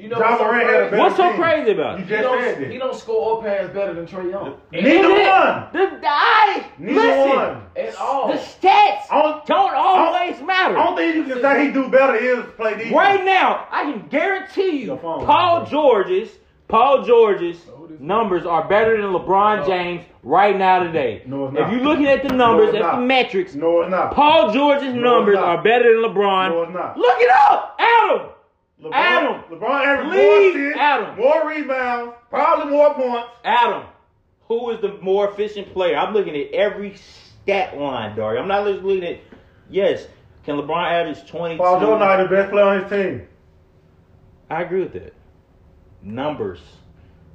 Speaker 3: You
Speaker 2: You
Speaker 3: know
Speaker 2: know,
Speaker 3: what's
Speaker 2: John
Speaker 3: so
Speaker 2: Moran had
Speaker 3: crazy?
Speaker 2: a better
Speaker 1: What's so
Speaker 2: team.
Speaker 1: crazy
Speaker 2: You
Speaker 1: about it?
Speaker 2: just
Speaker 3: he,
Speaker 2: said
Speaker 3: don't,
Speaker 2: that.
Speaker 3: he don't score or pass better than Trey Young.
Speaker 2: Neither
Speaker 1: Is it-
Speaker 2: one.
Speaker 1: The, the, I,
Speaker 2: Neither
Speaker 1: listen,
Speaker 2: one. Oh.
Speaker 3: At all.
Speaker 1: the stats
Speaker 2: I don't-
Speaker 1: don't always matter.
Speaker 2: I don't think you can say he do better is play defense.
Speaker 1: Right now, I can guarantee you,
Speaker 2: Your phone.
Speaker 1: Paul George's, Paul George's numbers are better than LeBron James right now today.
Speaker 2: No, it's
Speaker 1: if
Speaker 2: not.
Speaker 1: you're looking at the
Speaker 2: No,
Speaker 1: numbers,
Speaker 2: it's
Speaker 1: at the
Speaker 2: not.
Speaker 1: metrics,
Speaker 2: No, it's not.
Speaker 1: Paul George's
Speaker 2: it's
Speaker 1: numbers
Speaker 2: not.
Speaker 1: are better than LeBron.
Speaker 2: No, it's not.
Speaker 1: Look it up, Adam.
Speaker 2: LeBron,
Speaker 1: Adam.
Speaker 2: LeBron averaged more
Speaker 1: Leave
Speaker 2: assists,
Speaker 1: Adam.
Speaker 2: more rebounds, probably more points.
Speaker 1: Adam, who is the more efficient player? I'm looking at every stat line, Dari. I'm not just looking at yes. Can LeBron average 22?
Speaker 2: Paul George not the best player on his team.
Speaker 1: I agree with that. Numbers.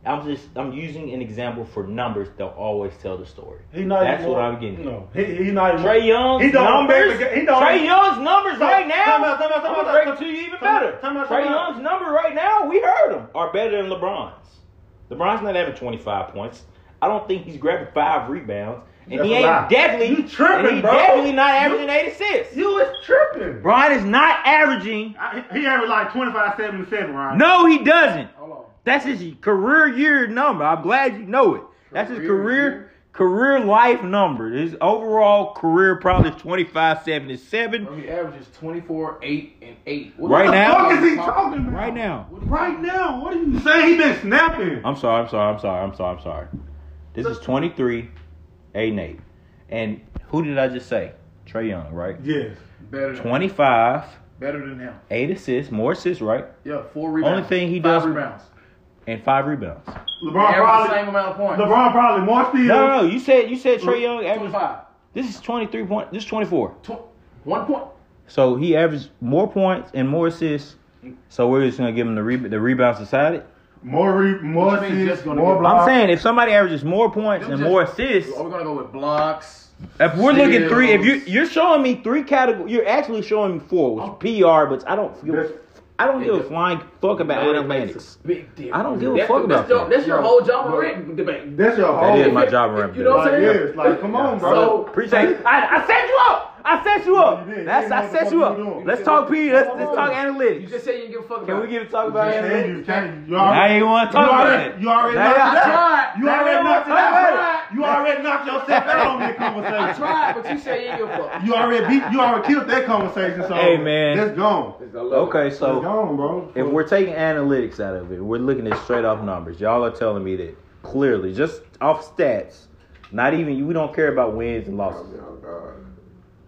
Speaker 1: I'm just I'm using an example for numbers that always tell the story.
Speaker 2: He not.
Speaker 1: That's
Speaker 2: even
Speaker 1: what
Speaker 2: more-
Speaker 1: I'm getting.
Speaker 2: No, he he not. even-
Speaker 1: Trey Young's
Speaker 2: He don't
Speaker 1: numbers.
Speaker 2: affect the ga- he don't-
Speaker 1: Trey Young's numbers
Speaker 2: Time-
Speaker 1: right now.
Speaker 2: time out, time out, time
Speaker 1: I'm
Speaker 2: out,
Speaker 1: gonna break
Speaker 2: time-
Speaker 1: it to you even
Speaker 2: time out,
Speaker 1: better.
Speaker 2: time out,
Speaker 1: Trey
Speaker 2: time out.
Speaker 1: Young's number right now, we heard him, are better than LeBron's. LeBron's not having 25 points. I don't think he's grabbing five rebounds, and
Speaker 2: That's
Speaker 1: he
Speaker 2: a
Speaker 1: ain't
Speaker 2: lie.
Speaker 1: definitely.
Speaker 2: You tripping,
Speaker 1: and he
Speaker 2: bro.
Speaker 1: definitely not
Speaker 2: You-
Speaker 1: averaging eight assists.
Speaker 2: You was tripping.
Speaker 1: Bron is not averaging.
Speaker 2: I, he averaged like 25, 77, Ryan.
Speaker 1: No, he doesn't.
Speaker 3: Hold on.
Speaker 1: That's his career year number. I'm glad you know it. That's his
Speaker 3: Career
Speaker 1: career
Speaker 3: year?
Speaker 1: career life number. His overall career probably is 25 77
Speaker 3: Bro, he averages 24, 8, and 8. What
Speaker 1: Right
Speaker 3: the
Speaker 1: now-
Speaker 3: fuck
Speaker 2: What the fuck is he talking about?
Speaker 1: right now.
Speaker 3: What
Speaker 2: Right now, what are you saying? He been snapping.
Speaker 1: I'm sorry, I'm sorry, I'm sorry, I'm sorry, I'm sorry. This is 23 8 and 8. And who did I just say? Trey Young, right?
Speaker 2: Yes.
Speaker 3: Better than,
Speaker 1: 25,
Speaker 3: better than him.
Speaker 1: 8 assists, more assists, right?
Speaker 3: Yeah, four rebounds.
Speaker 1: thing he
Speaker 3: five
Speaker 1: does-
Speaker 3: rebounds.
Speaker 1: And five rebounds.
Speaker 2: LeBron
Speaker 3: Average the same
Speaker 2: probably.
Speaker 3: amount of points.
Speaker 2: LeBron probably more steals.
Speaker 1: No, no, no. You said you said Trey Young averaged.
Speaker 3: 25.
Speaker 1: This is 23 point. This is 24.
Speaker 3: Tw- one point.
Speaker 1: So he averaged more points and more assists. So we're just gonna give him the re- the rebounds decided.
Speaker 2: More re- more
Speaker 3: What you mean
Speaker 2: assists,
Speaker 3: just gonna
Speaker 2: more
Speaker 3: get-
Speaker 2: blocks.
Speaker 1: I'm saying if somebody averages more points and more assists,
Speaker 3: Are we going to go with blocks?
Speaker 1: if we're looking three, if you
Speaker 3: Steals.
Speaker 1: you're showing me three categories, you're actually showing me four, which is PR, but I don't
Speaker 2: That's-
Speaker 1: feel. I don't give a flying fuck about
Speaker 3: That
Speaker 1: analytics.
Speaker 3: makes a big difference.
Speaker 1: I don't give a
Speaker 3: That's-
Speaker 1: fuck about
Speaker 3: that's your,
Speaker 1: that.
Speaker 3: That's your
Speaker 2: Bro,
Speaker 3: whole job
Speaker 2: bro.
Speaker 3: rent debate.
Speaker 2: that's your
Speaker 1: That
Speaker 2: whole.
Speaker 1: is my job. Ramp.
Speaker 3: You know what I'm
Speaker 2: Like,
Speaker 3: saying?
Speaker 2: yes, like, come on, bro.
Speaker 3: So,
Speaker 1: Appreciate. I, I set you up. I set you
Speaker 2: You
Speaker 1: up.
Speaker 2: did. You
Speaker 1: That's
Speaker 2: didn't know
Speaker 1: I
Speaker 2: what the
Speaker 1: set
Speaker 2: fuck
Speaker 1: you
Speaker 2: you
Speaker 1: up.
Speaker 2: were doing.
Speaker 1: Let's talk P. Let's let's talk
Speaker 3: You
Speaker 1: analytics.
Speaker 3: just said you didn't give a fuck about
Speaker 1: Can we
Speaker 3: it.
Speaker 1: get to talk
Speaker 2: You
Speaker 1: about
Speaker 2: said
Speaker 1: analytics?
Speaker 2: you can't. You
Speaker 1: Now
Speaker 2: already.
Speaker 1: you want to
Speaker 2: You
Speaker 1: talk about
Speaker 2: already.
Speaker 1: it.
Speaker 2: You already.
Speaker 1: Now
Speaker 2: knocked
Speaker 1: y'all
Speaker 2: it
Speaker 3: I
Speaker 2: out.
Speaker 3: tried.
Speaker 2: You
Speaker 3: Now
Speaker 2: already
Speaker 3: y'all
Speaker 2: knocked it
Speaker 3: want to talk
Speaker 2: out.
Speaker 3: about
Speaker 2: You already knocked yourself out on that
Speaker 3: I
Speaker 2: conversation.
Speaker 3: tried, but you said you didn't give a
Speaker 1: [LAUGHS]
Speaker 3: fuck.
Speaker 2: You already beat. You already killed that conversation. So
Speaker 1: Hey, man.
Speaker 2: that's gone.
Speaker 3: I love it.
Speaker 1: Okay,
Speaker 2: That's
Speaker 1: so
Speaker 2: gone, bro.
Speaker 1: if we're taking analytics out of it, we're looking at straight off numbers. Y'all are telling me that clearly, just off stats. Not even we don't care about wins and
Speaker 3: Oh,
Speaker 1: losses.
Speaker 3: God.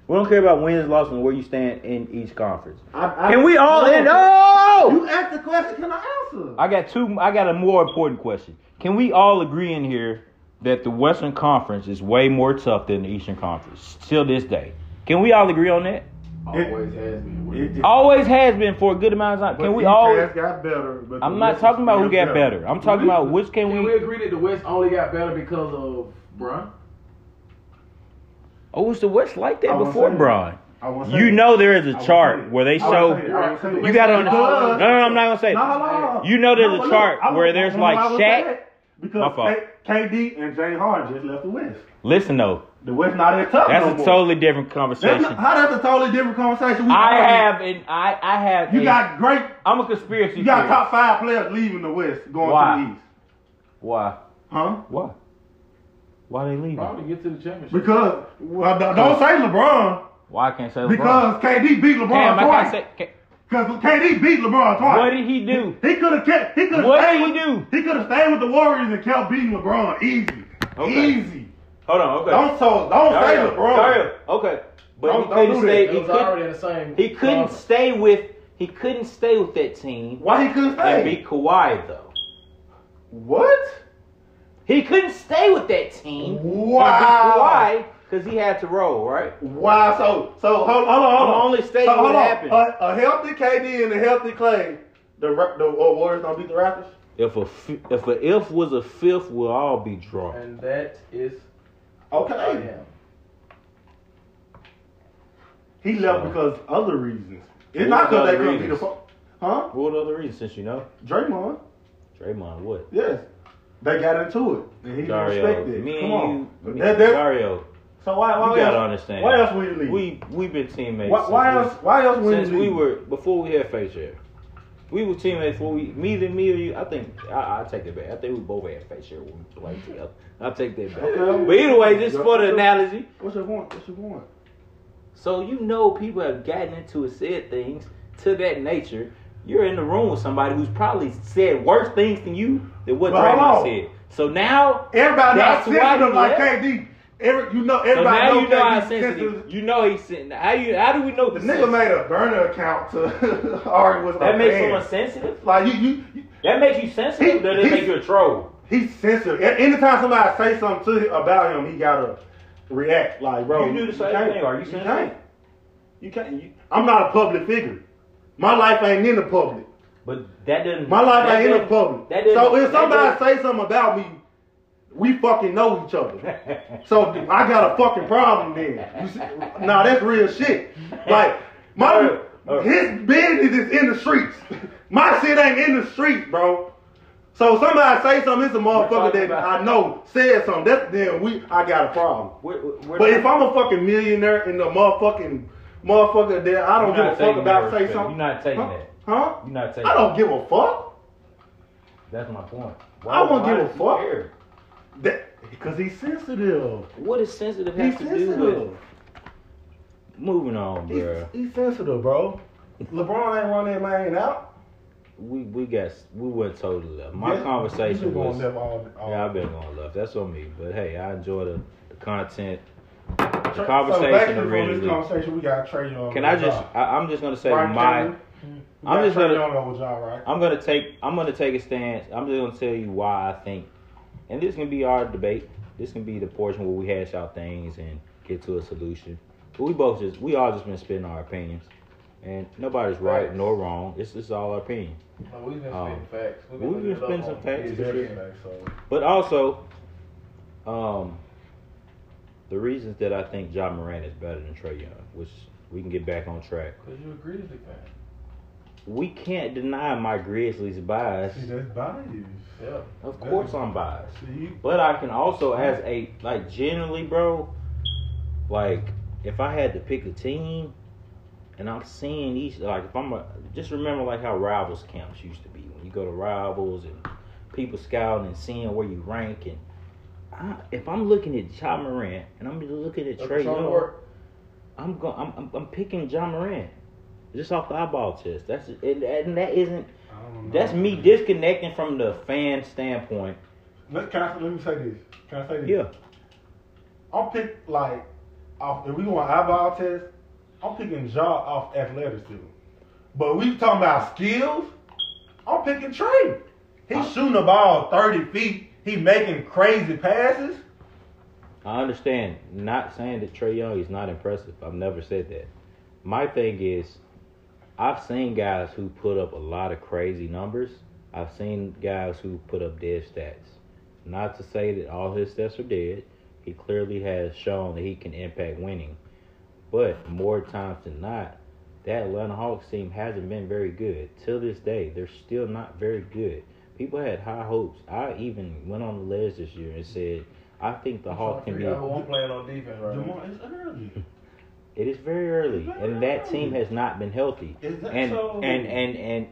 Speaker 1: We don't care about wins, losses, and where you stand in each conference.
Speaker 2: I, I,
Speaker 1: Can we all
Speaker 2: No.
Speaker 1: end? Oh,
Speaker 2: You asked the question. Can I answer?
Speaker 1: I got two. I got a more important question. Can we all agree in here that the Western Conference is way more tough than the Eastern Conference till this day? Can we all agree on that?
Speaker 3: Always has been. What
Speaker 2: It-
Speaker 3: you-
Speaker 1: Always has been for a good amount of time.
Speaker 2: But
Speaker 1: Can we
Speaker 2: each
Speaker 1: all?
Speaker 2: ass got better. But
Speaker 1: I'm
Speaker 2: the
Speaker 1: not
Speaker 2: rest
Speaker 1: talking about who
Speaker 2: still
Speaker 1: got better. I'm talking about which can
Speaker 3: Can we
Speaker 1: we?
Speaker 3: agree that the West only got better because of Bron?
Speaker 1: Oh, was the West like
Speaker 2: I
Speaker 1: that
Speaker 2: was
Speaker 1: before
Speaker 2: saying-
Speaker 1: Braun?
Speaker 2: I won't say
Speaker 1: You
Speaker 2: it.
Speaker 1: know there is
Speaker 2: I
Speaker 1: a
Speaker 2: was
Speaker 1: chart
Speaker 2: saying-
Speaker 1: where they
Speaker 2: I was
Speaker 1: show.
Speaker 2: saying- I was saying-
Speaker 1: You got on. No, no,
Speaker 2: Because-
Speaker 1: no, I'm not
Speaker 2: No,
Speaker 1: gonna say.
Speaker 2: hold on.
Speaker 1: You know there's
Speaker 2: No,
Speaker 1: a
Speaker 2: but
Speaker 1: chart
Speaker 2: look, I was-
Speaker 1: where there's
Speaker 2: I was-
Speaker 1: like
Speaker 2: I
Speaker 1: Shaq-
Speaker 2: was saying,
Speaker 1: My fault.
Speaker 2: Because K- KD and James Harden just left the West.
Speaker 1: Listen though,
Speaker 2: The West not as tough no
Speaker 1: that's a
Speaker 2: more.
Speaker 1: totally different
Speaker 2: That's
Speaker 1: conversation.
Speaker 2: not, how that's a totally different conversation. We
Speaker 1: I
Speaker 2: already-
Speaker 1: have an. I I have.
Speaker 2: You
Speaker 1: a-
Speaker 2: got great.
Speaker 1: I'm a conspiracy.
Speaker 2: You got
Speaker 1: theorist.
Speaker 2: top five players leaving the West, going
Speaker 1: Why?
Speaker 2: to the East.
Speaker 1: Why?
Speaker 2: Huh?
Speaker 1: Why? Why they leaving?
Speaker 3: Bron to get to the championship.
Speaker 2: Because well, don't don't say LeBron
Speaker 1: Why I can't say Oh. LeBron?
Speaker 2: because KD beat LeBron
Speaker 1: Damn, I can't
Speaker 2: twice.
Speaker 1: say. Can,
Speaker 2: Because KD beat LeBron twice.
Speaker 1: what did he do?
Speaker 2: He could have kept. He could
Speaker 1: What
Speaker 2: have stayed.
Speaker 1: did he
Speaker 2: With,
Speaker 1: do?
Speaker 2: he could have stayed with the Warriors and kept beating LeBron easy,
Speaker 1: Okay.
Speaker 2: easy.
Speaker 1: Hold on. Okay.
Speaker 2: Don't so don't say
Speaker 1: Dario,
Speaker 2: LeBron.
Speaker 1: Dario, Okay. But
Speaker 2: Don't-
Speaker 1: he
Speaker 2: don't
Speaker 1: couldn't
Speaker 2: do that.
Speaker 1: stay.
Speaker 3: It
Speaker 1: He
Speaker 3: was
Speaker 1: couldn't.
Speaker 3: already in the same.
Speaker 1: He couldn't
Speaker 3: conference.
Speaker 1: stay with. He couldn't stay with that team
Speaker 2: Why he couldn't
Speaker 1: and
Speaker 2: stay?
Speaker 1: be Kawhi though.
Speaker 2: what?
Speaker 1: He couldn't stay with that team.
Speaker 2: Wow.
Speaker 1: And be Kawhi because he had to roll right.
Speaker 2: Wow. So so hold, hold on. Hold
Speaker 1: I'm
Speaker 2: on.
Speaker 1: only stating
Speaker 2: so,
Speaker 1: what
Speaker 2: hold on.
Speaker 1: happened.
Speaker 2: A, a healthy KD and a healthy Clay. The Ra- the uh, Warriors don't beat the Raptors.
Speaker 1: If a fi- if a if was a fifth, we'll all be drawn.
Speaker 3: And that is.
Speaker 2: Okay.
Speaker 1: Oh,
Speaker 3: I am.
Speaker 2: He left
Speaker 1: So-
Speaker 2: because other reasons. It's
Speaker 1: What
Speaker 2: not
Speaker 1: was
Speaker 2: because they
Speaker 1: other
Speaker 2: couldn't beat the.
Speaker 1: reasons?
Speaker 2: fu- Huh?
Speaker 1: What other reason? Since you know
Speaker 2: Draymond.
Speaker 1: Draymond, what?
Speaker 2: Yes. They got into it. And he didn't
Speaker 1: Dario,
Speaker 2: respect
Speaker 1: me
Speaker 2: it.
Speaker 1: and
Speaker 2: Come on.
Speaker 1: you, me,
Speaker 2: That- that-
Speaker 1: Dario,
Speaker 2: so why, why
Speaker 1: you gotta
Speaker 2: else,
Speaker 1: understand.
Speaker 2: Why else would you leave?
Speaker 1: we we've been teammates.
Speaker 2: why,
Speaker 1: since
Speaker 2: why
Speaker 1: we-
Speaker 2: else? Why else would
Speaker 1: Since
Speaker 2: you leave?
Speaker 1: we were before we had face share, we were teammates. Before we, me either me or you, I think I, I take that back. I think we both had face share when we played together. I take that back.
Speaker 2: [LAUGHS] Okay.
Speaker 1: But anyway, just for the analogy,
Speaker 2: What's your point? What's your point?
Speaker 1: so you know people have gotten into it, said things to that nature. You're in the room with somebody who's probably said worse things than you than what
Speaker 2: But hold
Speaker 1: Draymond
Speaker 2: on.
Speaker 1: said. So now,
Speaker 2: Everybody not
Speaker 1: That's why
Speaker 2: sensitive
Speaker 1: he
Speaker 2: like
Speaker 1: left.
Speaker 2: KD. Every, you know,
Speaker 1: so
Speaker 2: everybody
Speaker 1: now
Speaker 2: know
Speaker 1: you know
Speaker 2: KD
Speaker 1: how sensitive.
Speaker 2: sensitive.
Speaker 1: You know he's sensitive. How you? How do we know?
Speaker 2: The
Speaker 1: he's
Speaker 2: nigga
Speaker 1: sensitive?
Speaker 2: made a burner account to [LAUGHS] argue with
Speaker 1: that
Speaker 2: a
Speaker 1: makes
Speaker 2: fan.
Speaker 1: someone sensitive.
Speaker 2: Like you, you, you
Speaker 1: That makes you sensitive.
Speaker 2: He-
Speaker 1: or Does it
Speaker 2: he's-
Speaker 1: make you a troll?
Speaker 2: he's sensitive. A- Anytime somebody say something to him, about him, he gotta react. Like, bro,
Speaker 1: You do the same
Speaker 2: can't.
Speaker 1: thing. Are you
Speaker 2: You
Speaker 1: sensitive?
Speaker 2: can't. You can't. You, I'm not a public figure. My life ain't in the public.
Speaker 1: But that doesn't.
Speaker 2: My life
Speaker 1: that
Speaker 2: ain't in the
Speaker 1: doesn't-
Speaker 2: public.
Speaker 1: That doesn't,
Speaker 2: So
Speaker 1: that
Speaker 2: if somebody
Speaker 1: doesn't-
Speaker 2: say something about me, we fucking know
Speaker 1: [LAUGHS]
Speaker 2: each other. So I got a fucking problem then. You see? Nah, that's real shit. Like my
Speaker 1: Alright, alright.
Speaker 2: his business is in the streets. My shit ain't in the streets, bro. So if somebody say something, it's a motherfucker
Speaker 1: talking
Speaker 2: that
Speaker 1: about-
Speaker 2: I know said something. That then we I got a problem.
Speaker 1: We're- we're
Speaker 2: But
Speaker 1: not-
Speaker 2: if I'm a fucking millionaire and the motherfucking motherfucker that I don't
Speaker 1: You're
Speaker 2: give
Speaker 1: not
Speaker 2: a fuck
Speaker 1: taking
Speaker 2: about
Speaker 1: that
Speaker 2: say
Speaker 1: respect.
Speaker 2: something,
Speaker 1: You're not taking
Speaker 2: huh?
Speaker 1: that.
Speaker 2: Huh?
Speaker 1: You're not taking
Speaker 2: I don't give a fuck.
Speaker 1: That's my point.
Speaker 2: I won't
Speaker 1: why
Speaker 2: give a
Speaker 1: does he
Speaker 2: fuck.
Speaker 1: care?
Speaker 2: That because he's sensitive.
Speaker 1: What is sensitive has
Speaker 2: He's
Speaker 1: to do
Speaker 2: sensitive.
Speaker 1: with. Moving on,
Speaker 2: He's,
Speaker 1: bro.
Speaker 2: he's sensitive, bro. LeBron ain't run that man out.
Speaker 1: We we got we went totally left. My
Speaker 2: Yeah, you
Speaker 1: conversation
Speaker 2: been going
Speaker 1: was.
Speaker 2: left all- all-
Speaker 1: Yeah, I've been going left. That's on me. But hey, I enjoy the, the content.
Speaker 2: Tra-
Speaker 1: conversation
Speaker 2: So back to
Speaker 1: to
Speaker 2: from
Speaker 1: really
Speaker 2: this
Speaker 1: leave.
Speaker 2: conversation, we got Trey Young.
Speaker 1: Can
Speaker 2: over
Speaker 1: I just?
Speaker 2: Ja.
Speaker 1: I, I'm just gonna say
Speaker 2: Right,
Speaker 1: my.
Speaker 2: Kendrick? We
Speaker 1: I'm
Speaker 2: got
Speaker 1: just
Speaker 2: Trey
Speaker 1: gonna-
Speaker 2: Young over Ja, right?
Speaker 1: I'm gonna take I'm gonna take a stance. I'm just gonna tell you why I think, and this can be our debate. This can be the portion where we hash out things and get to a solution. But we both just we all just been spitting our opinions, and nobody's right
Speaker 3: Facts.
Speaker 1: nor wrong. It's just all our opinion.
Speaker 3: No, we've been
Speaker 1: Um,
Speaker 3: spitting facts. We've
Speaker 1: we've been
Speaker 3: looking it up
Speaker 1: spitting some
Speaker 3: on
Speaker 1: facts.
Speaker 3: the
Speaker 2: Exactly,
Speaker 3: internet.
Speaker 2: so.
Speaker 1: But also, um, the reasons that I think John Moran is better than Trey Young, which we can get back on track.
Speaker 3: Cause you're a Grizzly fan.
Speaker 1: We can't deny my Grizzlies bias.
Speaker 2: See, that's biased.
Speaker 3: Yeah.
Speaker 1: Of course, I'm biased.
Speaker 2: See, you-
Speaker 1: But I can also, as a like, generally, bro, like if I had to pick a team, and I'm seeing each like if I'm a, just remember like how rivals camps used to be when you go to rivals and people scouting and seeing where you rank and I, if I'm looking at John Moran and I'm looking at Trey Young, I'm going I'm, I'm I'm picking John Moran just off the eyeball test. That's and, and that isn't
Speaker 2: I don't know.
Speaker 1: that's me disconnecting from the fan standpoint.
Speaker 2: Let, can I, let me say this. Can I say this?
Speaker 1: Yeah,
Speaker 2: I'm pick like off if we want eyeball test, I'm picking Jaw off athleticism. But we talking about skills, I'm picking Trey. He's shooting the ball 30 feet. He making crazy passes.
Speaker 1: I understand. Not saying that Trey Young is not impressive. I've never said that. My thing is, I've seen guys who put up a lot of crazy numbers. I've seen guys who put up dead stats. Not to say that all his stats are dead. He clearly has shown that he can impact winning. But more times than not, that Atlanta Hawks team hasn't been very good. Till this day, they're still not very good. People had high hopes. I even went on the ledge this year and said, I think the Hawks can be a
Speaker 3: who I'm playing on defense right now.
Speaker 2: Demar, it's early.
Speaker 1: it is very early, and that team has not been healthy.
Speaker 2: Is that
Speaker 1: And
Speaker 2: so?
Speaker 1: and and and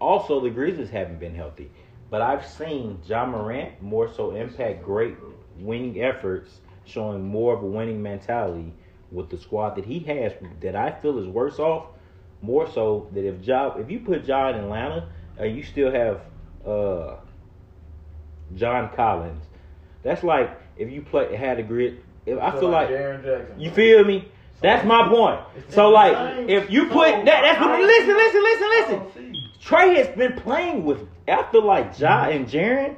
Speaker 1: also the Grizzlies haven't been healthy. But I've seen John Morant more so impact great winning efforts, showing more of a winning mentality with the squad that he has. That I feel is worse off, more so that if John, if you put John in Atlanta, and you still have uh, John Collins, that's like if you play had a grid. If I feel like
Speaker 3: Jaron Jackson.
Speaker 1: you feel me? That's my point. So like, if you put that, that's what. Listen, listen, listen,
Speaker 3: Oh,
Speaker 1: listen. Trey has been playing with. I feel like Ja and Jaren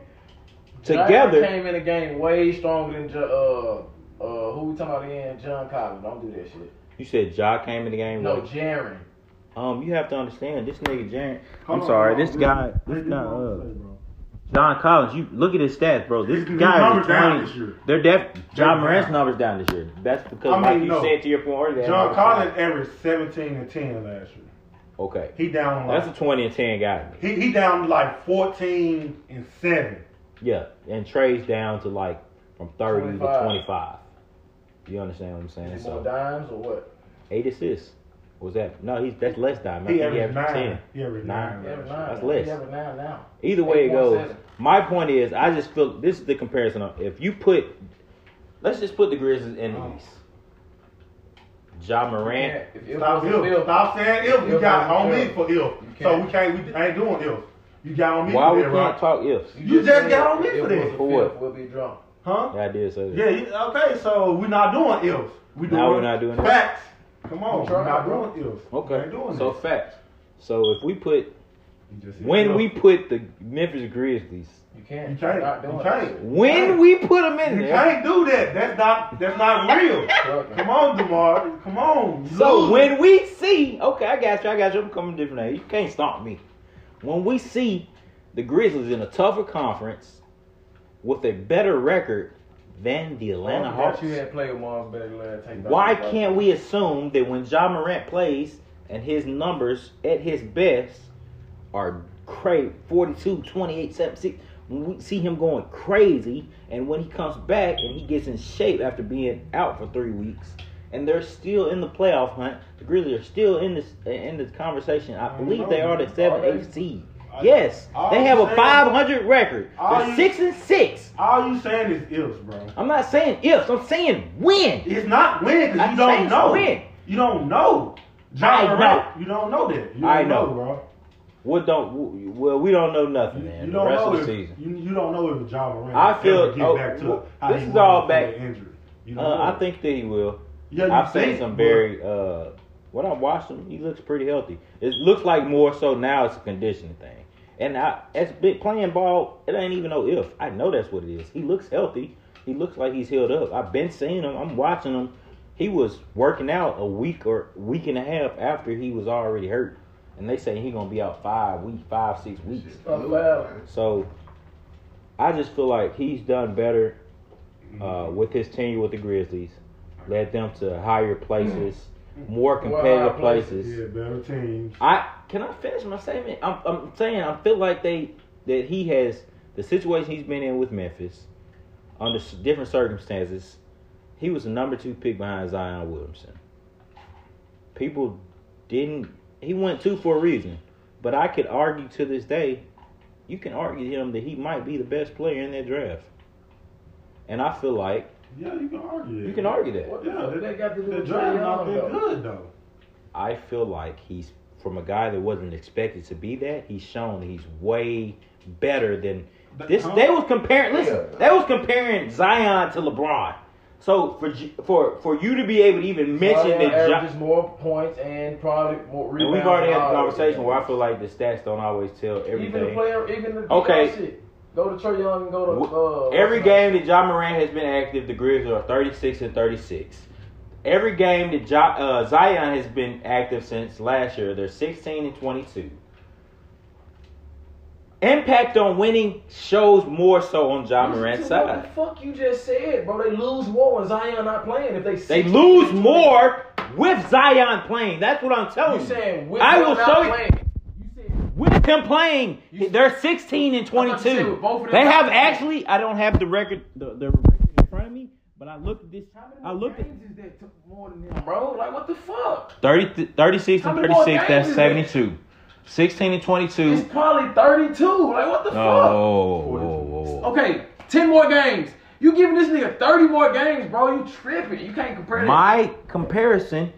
Speaker 3: Jaron
Speaker 1: together.
Speaker 3: came in the game way stronger than Ja- uh uh who we talking about again? John Collins. Don't do that shit.
Speaker 1: You said Ja came in the game.
Speaker 3: No,
Speaker 1: right?
Speaker 3: Jaron.
Speaker 1: Um, you have to understand this nigga Jaren.
Speaker 2: Hold
Speaker 1: I'm
Speaker 2: on,
Speaker 1: sorry,
Speaker 2: hold on,
Speaker 1: this
Speaker 2: dude.
Speaker 1: guy.
Speaker 2: Let
Speaker 1: This
Speaker 2: me
Speaker 1: not
Speaker 2: know
Speaker 1: uh,
Speaker 2: what to say, bro.
Speaker 1: John Collins. You look at his stats, bro. This
Speaker 2: His
Speaker 1: guy is
Speaker 2: numbers down this
Speaker 1: 20.
Speaker 2: year.
Speaker 1: They're def. John
Speaker 2: They're
Speaker 1: Morant's
Speaker 2: down.
Speaker 1: numbers down this year. That's because,
Speaker 2: I mean,
Speaker 1: like you
Speaker 2: no.
Speaker 1: said to your point earlier,
Speaker 2: John Collins averaged 17 and 10 last year.
Speaker 1: Okay,
Speaker 2: He down like
Speaker 1: that's a 20 and 10 guy.
Speaker 2: he, he down like 14 and 7.
Speaker 1: Yeah, and trades down to like from thirty to
Speaker 3: 25.
Speaker 1: twenty five. You understand what I'm saying?
Speaker 3: Is it more
Speaker 1: So
Speaker 3: dimes or what?
Speaker 1: eight assists. What was that? No, he's that's less diamond.
Speaker 2: He
Speaker 1: I think he
Speaker 2: averaged
Speaker 1: averaged
Speaker 2: 9.
Speaker 1: ten.
Speaker 2: He averaged
Speaker 1: Nine.
Speaker 2: 9.
Speaker 3: You have a
Speaker 2: last year.
Speaker 3: nine.
Speaker 1: That's less.
Speaker 3: You have a nine now.
Speaker 1: Either way it goes,
Speaker 3: 8.7.
Speaker 1: my point is I just feel this is the comparison of if you put let's just put the Grizzlies in the
Speaker 2: Oh.
Speaker 1: East. Ja
Speaker 3: Yeah,
Speaker 1: Morant.
Speaker 3: if it
Speaker 2: Stop
Speaker 3: wasn't
Speaker 2: if.
Speaker 3: Phil-
Speaker 2: Stop saying if. You
Speaker 3: If
Speaker 2: got
Speaker 3: wasn't
Speaker 2: on me
Speaker 3: Phil.
Speaker 2: for if. So
Speaker 3: can't.
Speaker 2: we can't. We ain't doing if. You got on me
Speaker 1: Why
Speaker 2: for
Speaker 1: we
Speaker 2: that,
Speaker 1: can't
Speaker 2: right?
Speaker 1: talk ifs?
Speaker 2: You just got on me
Speaker 3: If it
Speaker 2: for that.
Speaker 3: wasn't
Speaker 1: For
Speaker 3: Phil,
Speaker 1: what?
Speaker 3: We'll be drunk.
Speaker 2: Huh?
Speaker 1: Yeah, I did say that.
Speaker 2: Yeah. You, okay. So we're not doing ifs. We doing
Speaker 1: Now we're not doing that.
Speaker 2: facts. Come on.
Speaker 3: I'm
Speaker 2: We're
Speaker 3: trying,
Speaker 2: not
Speaker 3: bro.
Speaker 2: doing ifs. We
Speaker 1: Okay.
Speaker 2: ain't doing
Speaker 1: So
Speaker 2: that.
Speaker 1: facts. So if we put
Speaker 2: You just said
Speaker 1: when
Speaker 2: if.
Speaker 1: we put the Memphis Grizzlies
Speaker 3: You
Speaker 2: you
Speaker 3: can't. You're
Speaker 2: can't.
Speaker 3: not doing
Speaker 2: You
Speaker 3: that
Speaker 2: can't.
Speaker 1: when we put them in
Speaker 2: You
Speaker 1: there.
Speaker 2: can't do that. That's not. That's not real.
Speaker 3: shit.
Speaker 2: Come on, Demar. Come on. You
Speaker 1: So
Speaker 2: losing.
Speaker 1: when we see, okay, I got you, I got you. I'm coming different now. You can't stop me. When we see the Grizzlies in a tougher conference with a better record than the Atlanta Hawks,
Speaker 3: Oh, You had played with Mars better last time.
Speaker 1: why can't we assume that when John Morant plays and his numbers at his best are crazy 42, 28, 76, when we see him going crazy and when he comes back and he gets in shape after being out for three weeks and they're still in the playoff hunt, the Grizzlies are still in this in this conversation. I
Speaker 2: I
Speaker 1: believe they
Speaker 2: know.
Speaker 1: are the seven,
Speaker 2: Are they?
Speaker 1: eight seed.
Speaker 2: I-
Speaker 1: Yes,
Speaker 2: all
Speaker 1: they
Speaker 2: I'm
Speaker 1: have a
Speaker 2: saying-
Speaker 1: 500 record.
Speaker 2: all
Speaker 1: They're
Speaker 2: you-
Speaker 1: six and six.
Speaker 2: All you saying is ifs, bro.
Speaker 1: I'm not saying ifs. I'm saying when.
Speaker 2: It's not when because
Speaker 1: I'm
Speaker 2: you
Speaker 1: saying
Speaker 2: don't
Speaker 1: it's
Speaker 2: know.
Speaker 1: when.
Speaker 2: You don't know.
Speaker 1: I
Speaker 2: John
Speaker 1: know.
Speaker 2: Morant, you don't know that. You don't
Speaker 1: I know.
Speaker 2: bro.
Speaker 1: What don't well we don't know nothing,
Speaker 2: You,
Speaker 1: man.
Speaker 2: you
Speaker 1: the
Speaker 2: don't
Speaker 1: rest
Speaker 2: know
Speaker 1: of the
Speaker 2: if
Speaker 1: season.
Speaker 2: you, you don't know if John Morant
Speaker 1: I
Speaker 2: will
Speaker 1: feel-
Speaker 2: ever get
Speaker 1: oh,
Speaker 2: back to
Speaker 1: well,
Speaker 2: how
Speaker 1: this
Speaker 2: he
Speaker 1: is
Speaker 2: was
Speaker 1: all
Speaker 2: before
Speaker 1: back-
Speaker 2: the injury. You don't
Speaker 1: Uh,
Speaker 2: know.
Speaker 1: I think that he will.
Speaker 2: yeah, you
Speaker 1: I've seen
Speaker 2: think,
Speaker 1: some
Speaker 2: but
Speaker 1: very uh when I watched him, he looks pretty healthy. It looks like more so now it's a conditioning thing. And I as big playing ball, it ain't even no if. I know that's what it is. He looks healthy. He looks like he's healed up. I've been seeing him. I'm watching him. He was working out a week or week and a half after he was already hurt. And they say he gonna be out five week, five, six weeks. So I just feel like he's done better
Speaker 3: Mm-hmm.
Speaker 1: uh, with his tenure with the Grizzlies, led them to higher places, more competitive
Speaker 3: Mm-hmm. Well, higher
Speaker 1: places.
Speaker 2: yeah, better teams.
Speaker 1: I can I finish my statement? I'm, I'm saying I feel like they that he has the situation he's been in with Memphis under s- different circumstances He was the number two pick behind Zion Williamson. People didn't. He went two for a reason. But I could argue to this day, you can argue him that he might be the best player in that draft. And I feel like
Speaker 2: Yeah, you can argue. it.
Speaker 1: you can argue that.
Speaker 3: What
Speaker 2: Yeah,
Speaker 3: fuck
Speaker 2: they-
Speaker 3: got to do
Speaker 2: The
Speaker 3: with
Speaker 2: draft
Speaker 3: Trae
Speaker 2: not
Speaker 3: Young,
Speaker 2: been
Speaker 3: though?
Speaker 2: good though.
Speaker 1: I feel like he's from a guy that wasn't expected to be that. He's shown he's way better than
Speaker 2: But
Speaker 1: this.
Speaker 2: how-
Speaker 1: They was comparing. Listen,
Speaker 3: Yeah.
Speaker 1: they was comparing Zion to LeBron. So for G- for for you to be able to even mention
Speaker 3: Zion
Speaker 1: that, Ja-
Speaker 3: averages more points and probably more
Speaker 1: and
Speaker 3: rebounds.
Speaker 1: we've already had
Speaker 3: and
Speaker 1: the
Speaker 3: all that.
Speaker 1: conversation where I feel like the stats don't always tell
Speaker 3: Even the
Speaker 1: everything.
Speaker 3: player, even the
Speaker 1: Okay.
Speaker 3: shit. Go to Trey Young and go to uh,
Speaker 1: Wh- Every
Speaker 3: what's his
Speaker 1: game that John Moran has been active, the Grizzlies are 36 and 36. Every game that Ja uh, Zion has been active since last year, they're 16 and 22. Impact on winning shows more so on John
Speaker 3: Listen
Speaker 1: Moran's
Speaker 3: to what
Speaker 1: side.
Speaker 3: the fuck you just said, bro? They lose more when Zion not playing. If they
Speaker 1: They lose more with Zion playing. That's what I'm telling
Speaker 3: You
Speaker 1: you.
Speaker 3: saying with
Speaker 1: I
Speaker 3: them
Speaker 1: will
Speaker 3: not
Speaker 1: show you-
Speaker 3: playing. you. said
Speaker 1: With him playing,
Speaker 3: You-
Speaker 1: they're 16 and
Speaker 3: I'm about to say,
Speaker 1: 22.
Speaker 3: with both of them
Speaker 1: They
Speaker 3: not
Speaker 1: have
Speaker 3: playing.
Speaker 1: actually. I don't have the record. The, the record in front of me, but I looked at this.
Speaker 3: how many
Speaker 1: I
Speaker 3: more
Speaker 1: looked at
Speaker 3: games is that took more than them, bro? Like what the fuck?
Speaker 1: 30, 36
Speaker 3: How
Speaker 1: and
Speaker 3: many more
Speaker 1: 36, that's
Speaker 3: games is that?
Speaker 1: 72. 16 and 22.
Speaker 3: It's probably thirty-two. Like what the
Speaker 1: oh, whoa,
Speaker 2: fuck?
Speaker 1: whoa, whoa,
Speaker 3: fuck?
Speaker 1: whoa.
Speaker 3: Okay, ten more games. You giving this nigga thirty more games, bro? You tripping? You can't compare that.
Speaker 1: My comparison,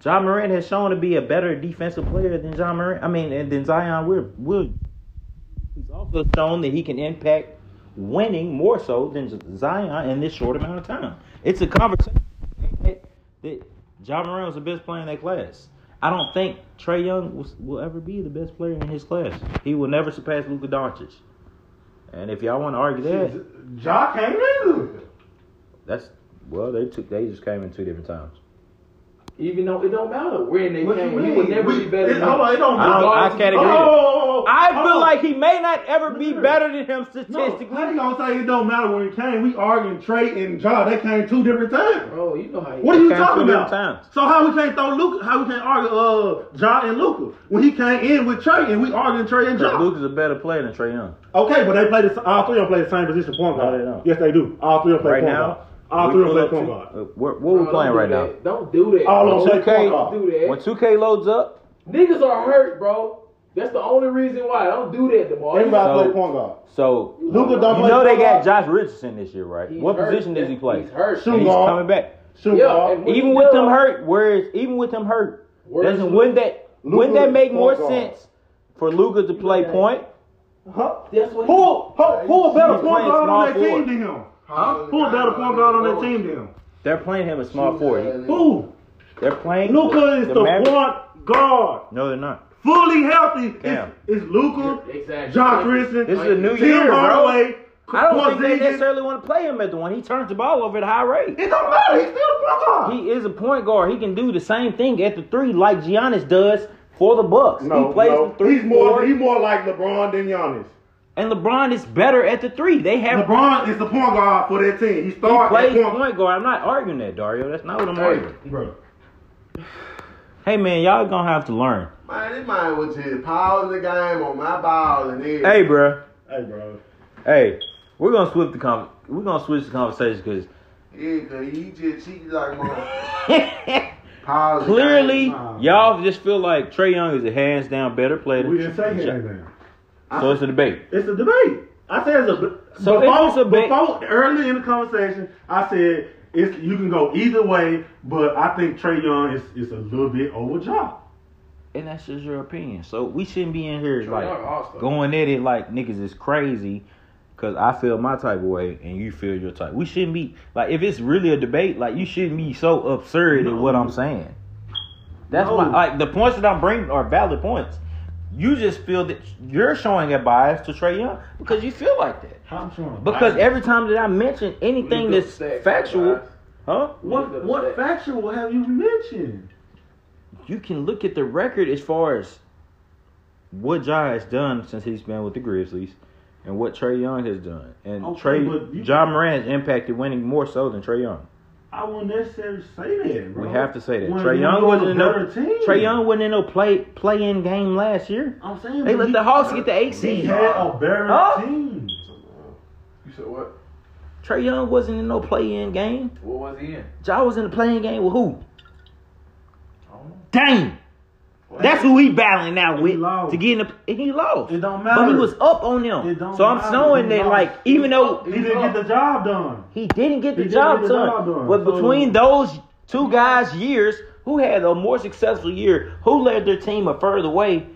Speaker 1: John Morant has shown to be a better defensive player than John Morant. I mean, and than Zion Wil- Williams. He's also shown that he can impact winning more so than Zion in this short amount of time. It's a conversation that that John Morant was the best player in that class. I don't think Trey Young was, will ever be the best player in his class. He will never surpass Luka Doncic. And if y'all want to argue that,
Speaker 2: Ja came in.
Speaker 1: that's well, they took they just came in two different times.
Speaker 3: Even though it don't matter when they
Speaker 2: What you
Speaker 3: came,
Speaker 2: mean?
Speaker 3: he would never
Speaker 2: We-
Speaker 3: be better.
Speaker 2: it-
Speaker 3: than
Speaker 2: Hold on, it don't
Speaker 1: I don't- I
Speaker 2: matter. Oh,
Speaker 1: can't
Speaker 2: Hold
Speaker 1: agree.
Speaker 2: on, hold on, hold on,
Speaker 1: I
Speaker 2: hold
Speaker 1: feel
Speaker 2: on.
Speaker 1: like he may not ever be
Speaker 2: Sure.
Speaker 1: better than him
Speaker 2: No,
Speaker 1: statistically.
Speaker 2: I ain't gonna say it don't matter when it came. We arguing Trey and Ja. They came two different times.
Speaker 3: Bro, you know how you.
Speaker 2: What are you
Speaker 1: They came
Speaker 2: talking
Speaker 1: two
Speaker 2: about?
Speaker 1: different times.
Speaker 2: So how we can't throw Luca? How we can't argue uh Ja and Luca when he came in with Trey and we arguing Trey and Ja?
Speaker 1: Luke is a better player than Trey Young.
Speaker 2: Okay, but they play the all three of them play the same position point
Speaker 1: No,
Speaker 2: guard.
Speaker 1: they don't.
Speaker 2: Yes, they do. All three of them play
Speaker 1: Right
Speaker 2: point
Speaker 1: now,
Speaker 2: guard. All
Speaker 1: we
Speaker 2: three of
Speaker 1: pull
Speaker 2: them
Speaker 1: up
Speaker 2: play point
Speaker 1: two-
Speaker 2: guard.
Speaker 1: uh, What, what we
Speaker 3: Bro,
Speaker 1: playing
Speaker 3: don't
Speaker 1: right
Speaker 3: do
Speaker 1: now?
Speaker 3: that. Don't do that.
Speaker 2: All
Speaker 3: bro.
Speaker 2: on play point
Speaker 3: Don't
Speaker 2: guard.
Speaker 3: do that.
Speaker 1: When 2K loads up,
Speaker 3: Niggas are hurt, bro. That's the only reason why. Don't do that tomorrow.
Speaker 2: Everybody
Speaker 1: So-
Speaker 2: play point guard.
Speaker 1: so
Speaker 2: Luca
Speaker 1: you
Speaker 2: don't play.
Speaker 1: know they
Speaker 2: point
Speaker 1: got
Speaker 2: guard.
Speaker 1: Josh Richardson this year, right?
Speaker 3: He's
Speaker 1: what
Speaker 3: hurt.
Speaker 1: position does he play?
Speaker 3: He's hurt.
Speaker 1: And
Speaker 2: Shoot
Speaker 1: he's
Speaker 2: guard.
Speaker 1: coming back.
Speaker 2: Shoot
Speaker 3: Yeah,
Speaker 2: guard.
Speaker 3: and-
Speaker 1: Even with them hurt, whereas even with them hurt,
Speaker 3: Where's
Speaker 1: doesn't
Speaker 3: Luka?
Speaker 1: wouldn't that
Speaker 2: Luka
Speaker 1: wouldn't that
Speaker 2: is
Speaker 1: make
Speaker 2: point
Speaker 1: more
Speaker 2: guard.
Speaker 1: sense for Luca to play
Speaker 3: got-
Speaker 1: point?
Speaker 2: Huh?
Speaker 3: That's what.
Speaker 2: Who, who, who a better
Speaker 1: He's
Speaker 2: point
Speaker 1: playing
Speaker 2: guard on that
Speaker 1: small
Speaker 2: team
Speaker 1: forward.
Speaker 2: than him?
Speaker 3: Huh?
Speaker 2: Who a better point guard on that team than him?
Speaker 1: They're playing him as small forward.
Speaker 2: Who?
Speaker 1: They're playing
Speaker 2: Luca is the,
Speaker 1: Mavericks-
Speaker 2: point guard.
Speaker 1: No, they're not.
Speaker 2: Fully healthy
Speaker 1: Cam.
Speaker 2: is, is Luca,
Speaker 3: Exactly.
Speaker 2: Josh Richardson,
Speaker 1: This is a new
Speaker 2: Tim
Speaker 1: year, bro.
Speaker 2: Hardaway,
Speaker 1: I don't think they
Speaker 2: Porzingis.
Speaker 1: necessarily want to play him at the one. He turns the ball over at a high rate.
Speaker 2: It don't matter. He's still a point guard.
Speaker 1: He is a point guard. He can do the same thing at the three like Giannis does for the Bucks. he plays the three,
Speaker 2: he's more
Speaker 1: four,
Speaker 2: he's more like LeBron than Giannis.
Speaker 1: and LeBron is better at the three. They have
Speaker 2: LeBron is the point guard for that team. He
Speaker 1: he
Speaker 2: started
Speaker 1: plays
Speaker 2: at point,
Speaker 1: point guard. I'm not arguing that, Dario. That's not what I'm arguing.
Speaker 2: Bro,
Speaker 1: Hey man, y'all gonna have to learn.
Speaker 4: Man, this man was just pausing the game on my ball and everything.
Speaker 1: Hey, bruh.
Speaker 2: hey, bro.
Speaker 1: Hey, we're gonna switch the con- we're gonna switch the conversation because
Speaker 4: Yeah, cause he just cheated like motherfucker. Pause
Speaker 1: [LAUGHS]
Speaker 4: the
Speaker 1: clearly
Speaker 4: game.
Speaker 1: y'all just feel like Trey Young is a hands down better player. Than
Speaker 2: We didn't say
Speaker 1: Giannis.
Speaker 2: anything.
Speaker 1: So it's a debate.
Speaker 2: It's a debate. I said it's a
Speaker 1: So
Speaker 2: before,
Speaker 1: if it's a ba-
Speaker 2: before early in the conversation, I said it's you can go either way, but I think Trey Young is, is a little bit overjobbed.
Speaker 1: and that's just your opinion. So we shouldn't be in here
Speaker 3: Trey Young
Speaker 1: like
Speaker 3: all-star.
Speaker 1: going at it like niggas is crazy because I feel my type of way and you feel your type. We shouldn't be like if it's really a debate, like you shouldn't be so absurd at what I'm saying. That's
Speaker 2: No.
Speaker 1: why like the points that I'm bringing are valid points. You just feel that you're showing a bias to Trey Young because you feel like that.
Speaker 2: I'm trying.
Speaker 1: Because every time that I mention anything that's factual, huh?
Speaker 2: what what factual have you mentioned?
Speaker 1: you can look at the record as far as what Ja has done since he's been with the Grizzlies and what Trey Young has done. And
Speaker 2: Okay,
Speaker 1: Trey
Speaker 2: but you-
Speaker 1: John Moran has impacted winning more so than Trey Young.
Speaker 2: I won't necessarily say that, bro.
Speaker 1: We have to say that.
Speaker 2: When
Speaker 1: Trey
Speaker 2: you
Speaker 1: Young
Speaker 2: were
Speaker 1: wasn't
Speaker 2: the
Speaker 1: in no
Speaker 2: better team.
Speaker 1: Trey Young wasn't in no play play in game last year.
Speaker 2: I'm saying
Speaker 1: They
Speaker 2: but
Speaker 1: let
Speaker 2: he-
Speaker 1: the Hawks get the eight
Speaker 2: He
Speaker 1: seed.
Speaker 2: had a better
Speaker 1: Huh?
Speaker 2: team.
Speaker 3: You said what?
Speaker 1: Trey Young wasn't in no play-in game.
Speaker 3: What was he in?
Speaker 1: Ja was in the playing game with who?
Speaker 3: I don't know.
Speaker 1: Dang. That's who he battling now with
Speaker 2: lost.
Speaker 1: to get in the. And he lost.
Speaker 2: It don't matter.
Speaker 1: But he was up on them.
Speaker 2: It don't
Speaker 1: so I'm
Speaker 2: matter.
Speaker 1: showing
Speaker 2: He
Speaker 1: that,
Speaker 2: lost.
Speaker 1: like, even though
Speaker 2: He didn't get the job done.
Speaker 1: he didn't get the
Speaker 2: He didn't
Speaker 1: job
Speaker 2: get the job
Speaker 1: done,
Speaker 2: done.
Speaker 1: but
Speaker 2: So-
Speaker 1: between those two guys' years, who had a more successful year, who led their team a further way,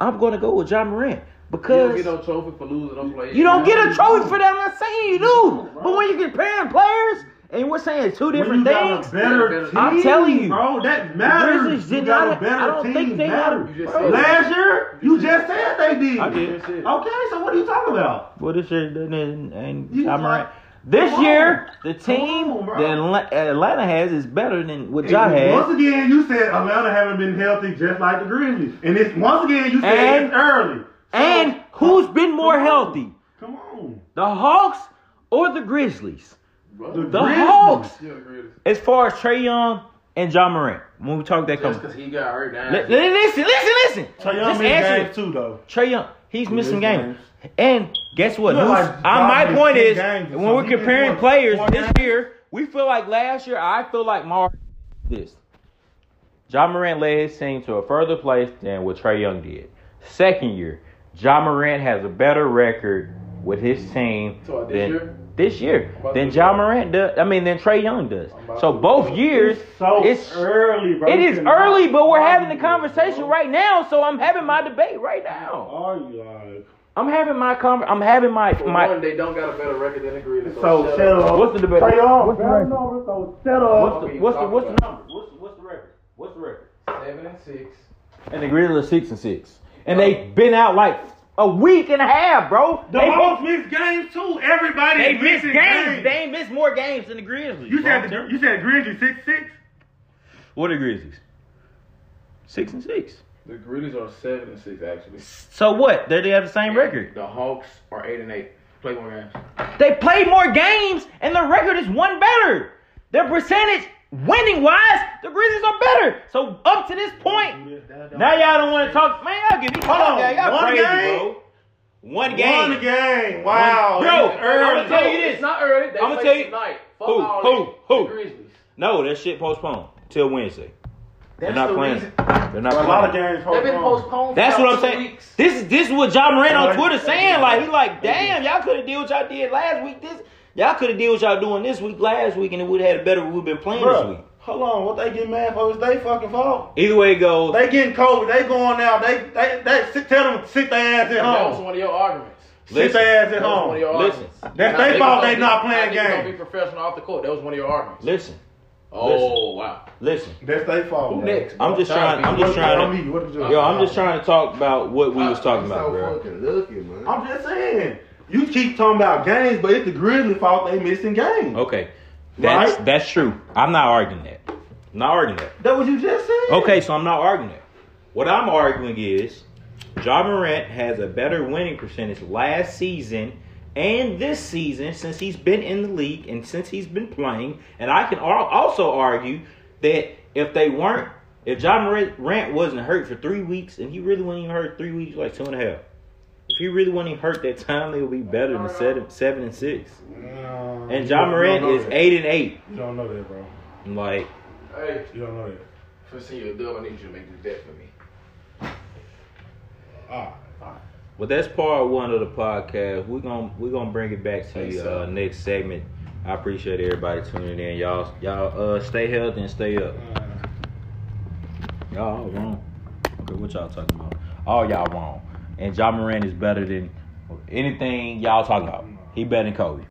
Speaker 1: I'm going to go with John Morant
Speaker 3: You
Speaker 1: because
Speaker 3: don't get no trophy for losing no play.
Speaker 1: You don't get a trophy for that. I'm not saying you do. But when you're comparing players and we're saying two
Speaker 2: When you
Speaker 1: different
Speaker 2: got a
Speaker 1: things,
Speaker 2: better team,
Speaker 1: I'm telling you.
Speaker 2: bro, that
Speaker 1: The
Speaker 2: matters.
Speaker 1: Grizzlies
Speaker 2: You
Speaker 1: did
Speaker 2: got
Speaker 1: not-
Speaker 2: a better
Speaker 1: I don't
Speaker 2: team.
Speaker 1: think they got a-
Speaker 2: matters.
Speaker 3: You just
Speaker 1: Bro.
Speaker 3: said
Speaker 2: Last year, you
Speaker 3: said-
Speaker 2: just said they did.
Speaker 1: I did.
Speaker 3: That's it.
Speaker 2: Okay, so what are you talking about?
Speaker 1: Well, this year and, and
Speaker 2: You
Speaker 1: John Morant.
Speaker 2: just like-
Speaker 1: This
Speaker 2: Come
Speaker 1: year, the
Speaker 2: Come
Speaker 1: team
Speaker 2: on, bro.
Speaker 1: that Atla- Atlanta has is better than what
Speaker 2: And
Speaker 1: y'all
Speaker 2: Once
Speaker 1: had.
Speaker 2: again, you said Atlanta haven't been healthy, just like the Grizzlies. And it's once again you said
Speaker 1: And-
Speaker 2: it's early.
Speaker 1: And who's been more healthy,
Speaker 2: Come on,
Speaker 1: the Hawks or the Grizzlies?
Speaker 3: Bro.
Speaker 1: The
Speaker 2: Grizzlies.
Speaker 1: Hawks,
Speaker 3: Yeah, the Grizzlies.
Speaker 1: as far as Trey Young and John Morant. When we talk that
Speaker 3: Just
Speaker 1: company.
Speaker 3: because he got hurt now.
Speaker 1: Li- li- Listen, listen, listen.
Speaker 2: Trae Young
Speaker 1: Just
Speaker 2: missed
Speaker 1: answer
Speaker 2: games too, though.
Speaker 1: Trey Young, he's missing
Speaker 2: missed
Speaker 1: games. And guess what?
Speaker 2: You know,
Speaker 1: Who's-
Speaker 2: like,
Speaker 1: I- my
Speaker 2: Donovan
Speaker 1: point
Speaker 2: missed
Speaker 1: is,
Speaker 2: games or
Speaker 1: when we're
Speaker 2: something. He missed
Speaker 1: comparing
Speaker 2: what,
Speaker 1: players
Speaker 2: four
Speaker 1: this
Speaker 2: games?
Speaker 1: year, we feel like last year, I feel like Mar this. John Morant led his team to a further place than what Trey Young did. Second year, John Morant has a better record with his team
Speaker 3: So, this
Speaker 1: than
Speaker 3: year?
Speaker 1: this year
Speaker 3: about
Speaker 1: than
Speaker 3: to-
Speaker 1: John Morant does. I mean, than Trey Young does.
Speaker 3: I'm about
Speaker 1: So
Speaker 3: to-
Speaker 1: both years,
Speaker 2: So
Speaker 1: it's
Speaker 2: early, bro.
Speaker 1: it
Speaker 2: You
Speaker 1: is
Speaker 2: cannot
Speaker 1: early, but we're having the
Speaker 2: argue,
Speaker 1: conversation
Speaker 2: bro.
Speaker 1: right now. So I'm having my debate right now.
Speaker 2: Are you alright?
Speaker 1: I'm having my con. I'm having my
Speaker 3: For
Speaker 1: my. uh,
Speaker 3: one, they don't got a better record than the Grizzlies.
Speaker 2: So shut up.
Speaker 1: What's the debate?
Speaker 2: Trey Young,
Speaker 1: What's the
Speaker 2: bro,
Speaker 1: record?
Speaker 2: no, so shut up.
Speaker 1: What's the what's the what's the number? What's what's the record? What's the record?
Speaker 3: Seven and six.
Speaker 1: And the Grizzlies are six and six, and they've been out like a week and a half, bro.
Speaker 2: The
Speaker 1: they
Speaker 2: Hawks missed games too. Everybody
Speaker 1: they
Speaker 2: is
Speaker 1: missed
Speaker 2: missing
Speaker 1: games. They ain't missed more games than the Grizzlies.
Speaker 2: you
Speaker 1: bro.
Speaker 2: said the, you said Grizzlies six six.
Speaker 1: what are the Grizzlies? Six and six.
Speaker 3: The Grizzlies are seven and six actually.
Speaker 1: So what? They they have the same record.
Speaker 3: The Hawks are eight and eight. Play more games.
Speaker 1: They played more games and their record is one better. Their percentage winning wise, the Grizzlies are better. So up to this point, now y'all don't want to talk. Man, y'all give me
Speaker 2: Hold on,
Speaker 1: y'all, y'all
Speaker 2: one
Speaker 1: crazy,
Speaker 2: game?
Speaker 1: bro. One game.
Speaker 2: One game. Wow.
Speaker 1: Bro,
Speaker 2: it's
Speaker 1: I'ma tell you this.
Speaker 3: It's not early. They
Speaker 1: I'ma
Speaker 3: play
Speaker 1: tell you-
Speaker 3: tonight. Fuck
Speaker 1: Who?
Speaker 3: all
Speaker 1: Who?
Speaker 3: that.
Speaker 1: Who?
Speaker 3: The Grizzlies.
Speaker 1: No, that shit postponed till Wednesday. They're
Speaker 3: That's
Speaker 1: not
Speaker 3: the
Speaker 1: playing.
Speaker 3: reason-
Speaker 1: They're not
Speaker 2: A
Speaker 1: playing.
Speaker 2: lot of games.
Speaker 3: They've been
Speaker 2: postponed.
Speaker 3: postponed.
Speaker 1: That's
Speaker 3: for
Speaker 1: what I'm
Speaker 3: about two
Speaker 1: saying.
Speaker 3: Weeks.
Speaker 1: This is this is what John Moran on
Speaker 2: Right.
Speaker 1: Twitter saying. Like he like, damn, y'all could have did what y'all did last week. This y'all could have did what y'all doing this week last week, and it would have had a better. We've been playing this week.
Speaker 2: Bro, hold on. What they get mad for is they fucking fault.
Speaker 1: Either way it goes,
Speaker 2: They getting COVID. They going out. They they they sit, tell them to sit their ass at
Speaker 3: That was
Speaker 2: home.
Speaker 3: one of your arguments.
Speaker 2: Sit their ass at
Speaker 3: That was one of your
Speaker 2: home.
Speaker 1: Listen.
Speaker 3: arguments.
Speaker 2: That's
Speaker 3: How
Speaker 2: they fault
Speaker 3: gonna
Speaker 2: they
Speaker 3: be-
Speaker 2: not
Speaker 3: how
Speaker 2: playing
Speaker 3: niggas gonna
Speaker 2: games.
Speaker 3: be professional off the court. That was one of your arguments.
Speaker 1: listen,
Speaker 3: Oh wow.
Speaker 1: listen.
Speaker 2: That's their fault.
Speaker 3: Who
Speaker 2: bro.
Speaker 3: next?
Speaker 1: I'm just trying. I'm just
Speaker 2: I'm
Speaker 1: trying.
Speaker 2: you. What you
Speaker 1: To, yo, I'm just trying to talk about what we was talking about,
Speaker 4: so
Speaker 1: bro.
Speaker 4: fucking lucky, man.
Speaker 2: I'm just saying. You keep talking about games, but it's the Grizzlies' fault they missing games.
Speaker 1: Okay, that's
Speaker 2: Right?
Speaker 1: that's true. I'm not arguing that. I'm not arguing that.
Speaker 2: That what you just said.
Speaker 1: Okay, so I'm not arguing that. What I'm arguing is John Morant has a better winning percentage last season and this season since he's been in the league and since he's been playing. And I can al- also argue that if they weren't, if John Morant wasn't hurt for three weeks, and he really wasn't even hurt three weeks, like two and a half. If he really wasn't even hurt that time, they would be better than seven, seven and six.
Speaker 2: No,
Speaker 1: And
Speaker 2: you
Speaker 1: John
Speaker 2: don't
Speaker 1: Morant
Speaker 2: know
Speaker 1: is
Speaker 2: that.
Speaker 1: eight and eight.
Speaker 2: You don't know that, bro.
Speaker 1: I'm like,
Speaker 3: Hey,
Speaker 2: You don't know that.
Speaker 3: for seeing your dub, I need you to make this bet for me.
Speaker 2: All right.
Speaker 1: Well, that's part one of the podcast. We're gonna we're gonna bring it back to
Speaker 3: Thanks,
Speaker 1: you uh,
Speaker 3: uh,
Speaker 1: next segment. I appreciate everybody tuning in, y'all. Y'all uh, stay healthy and stay up. Y'all all wrong. Okay, what y'all talking about? All y'all wrong. And John Moran is better than anything y'all talking about. He better than Kobe.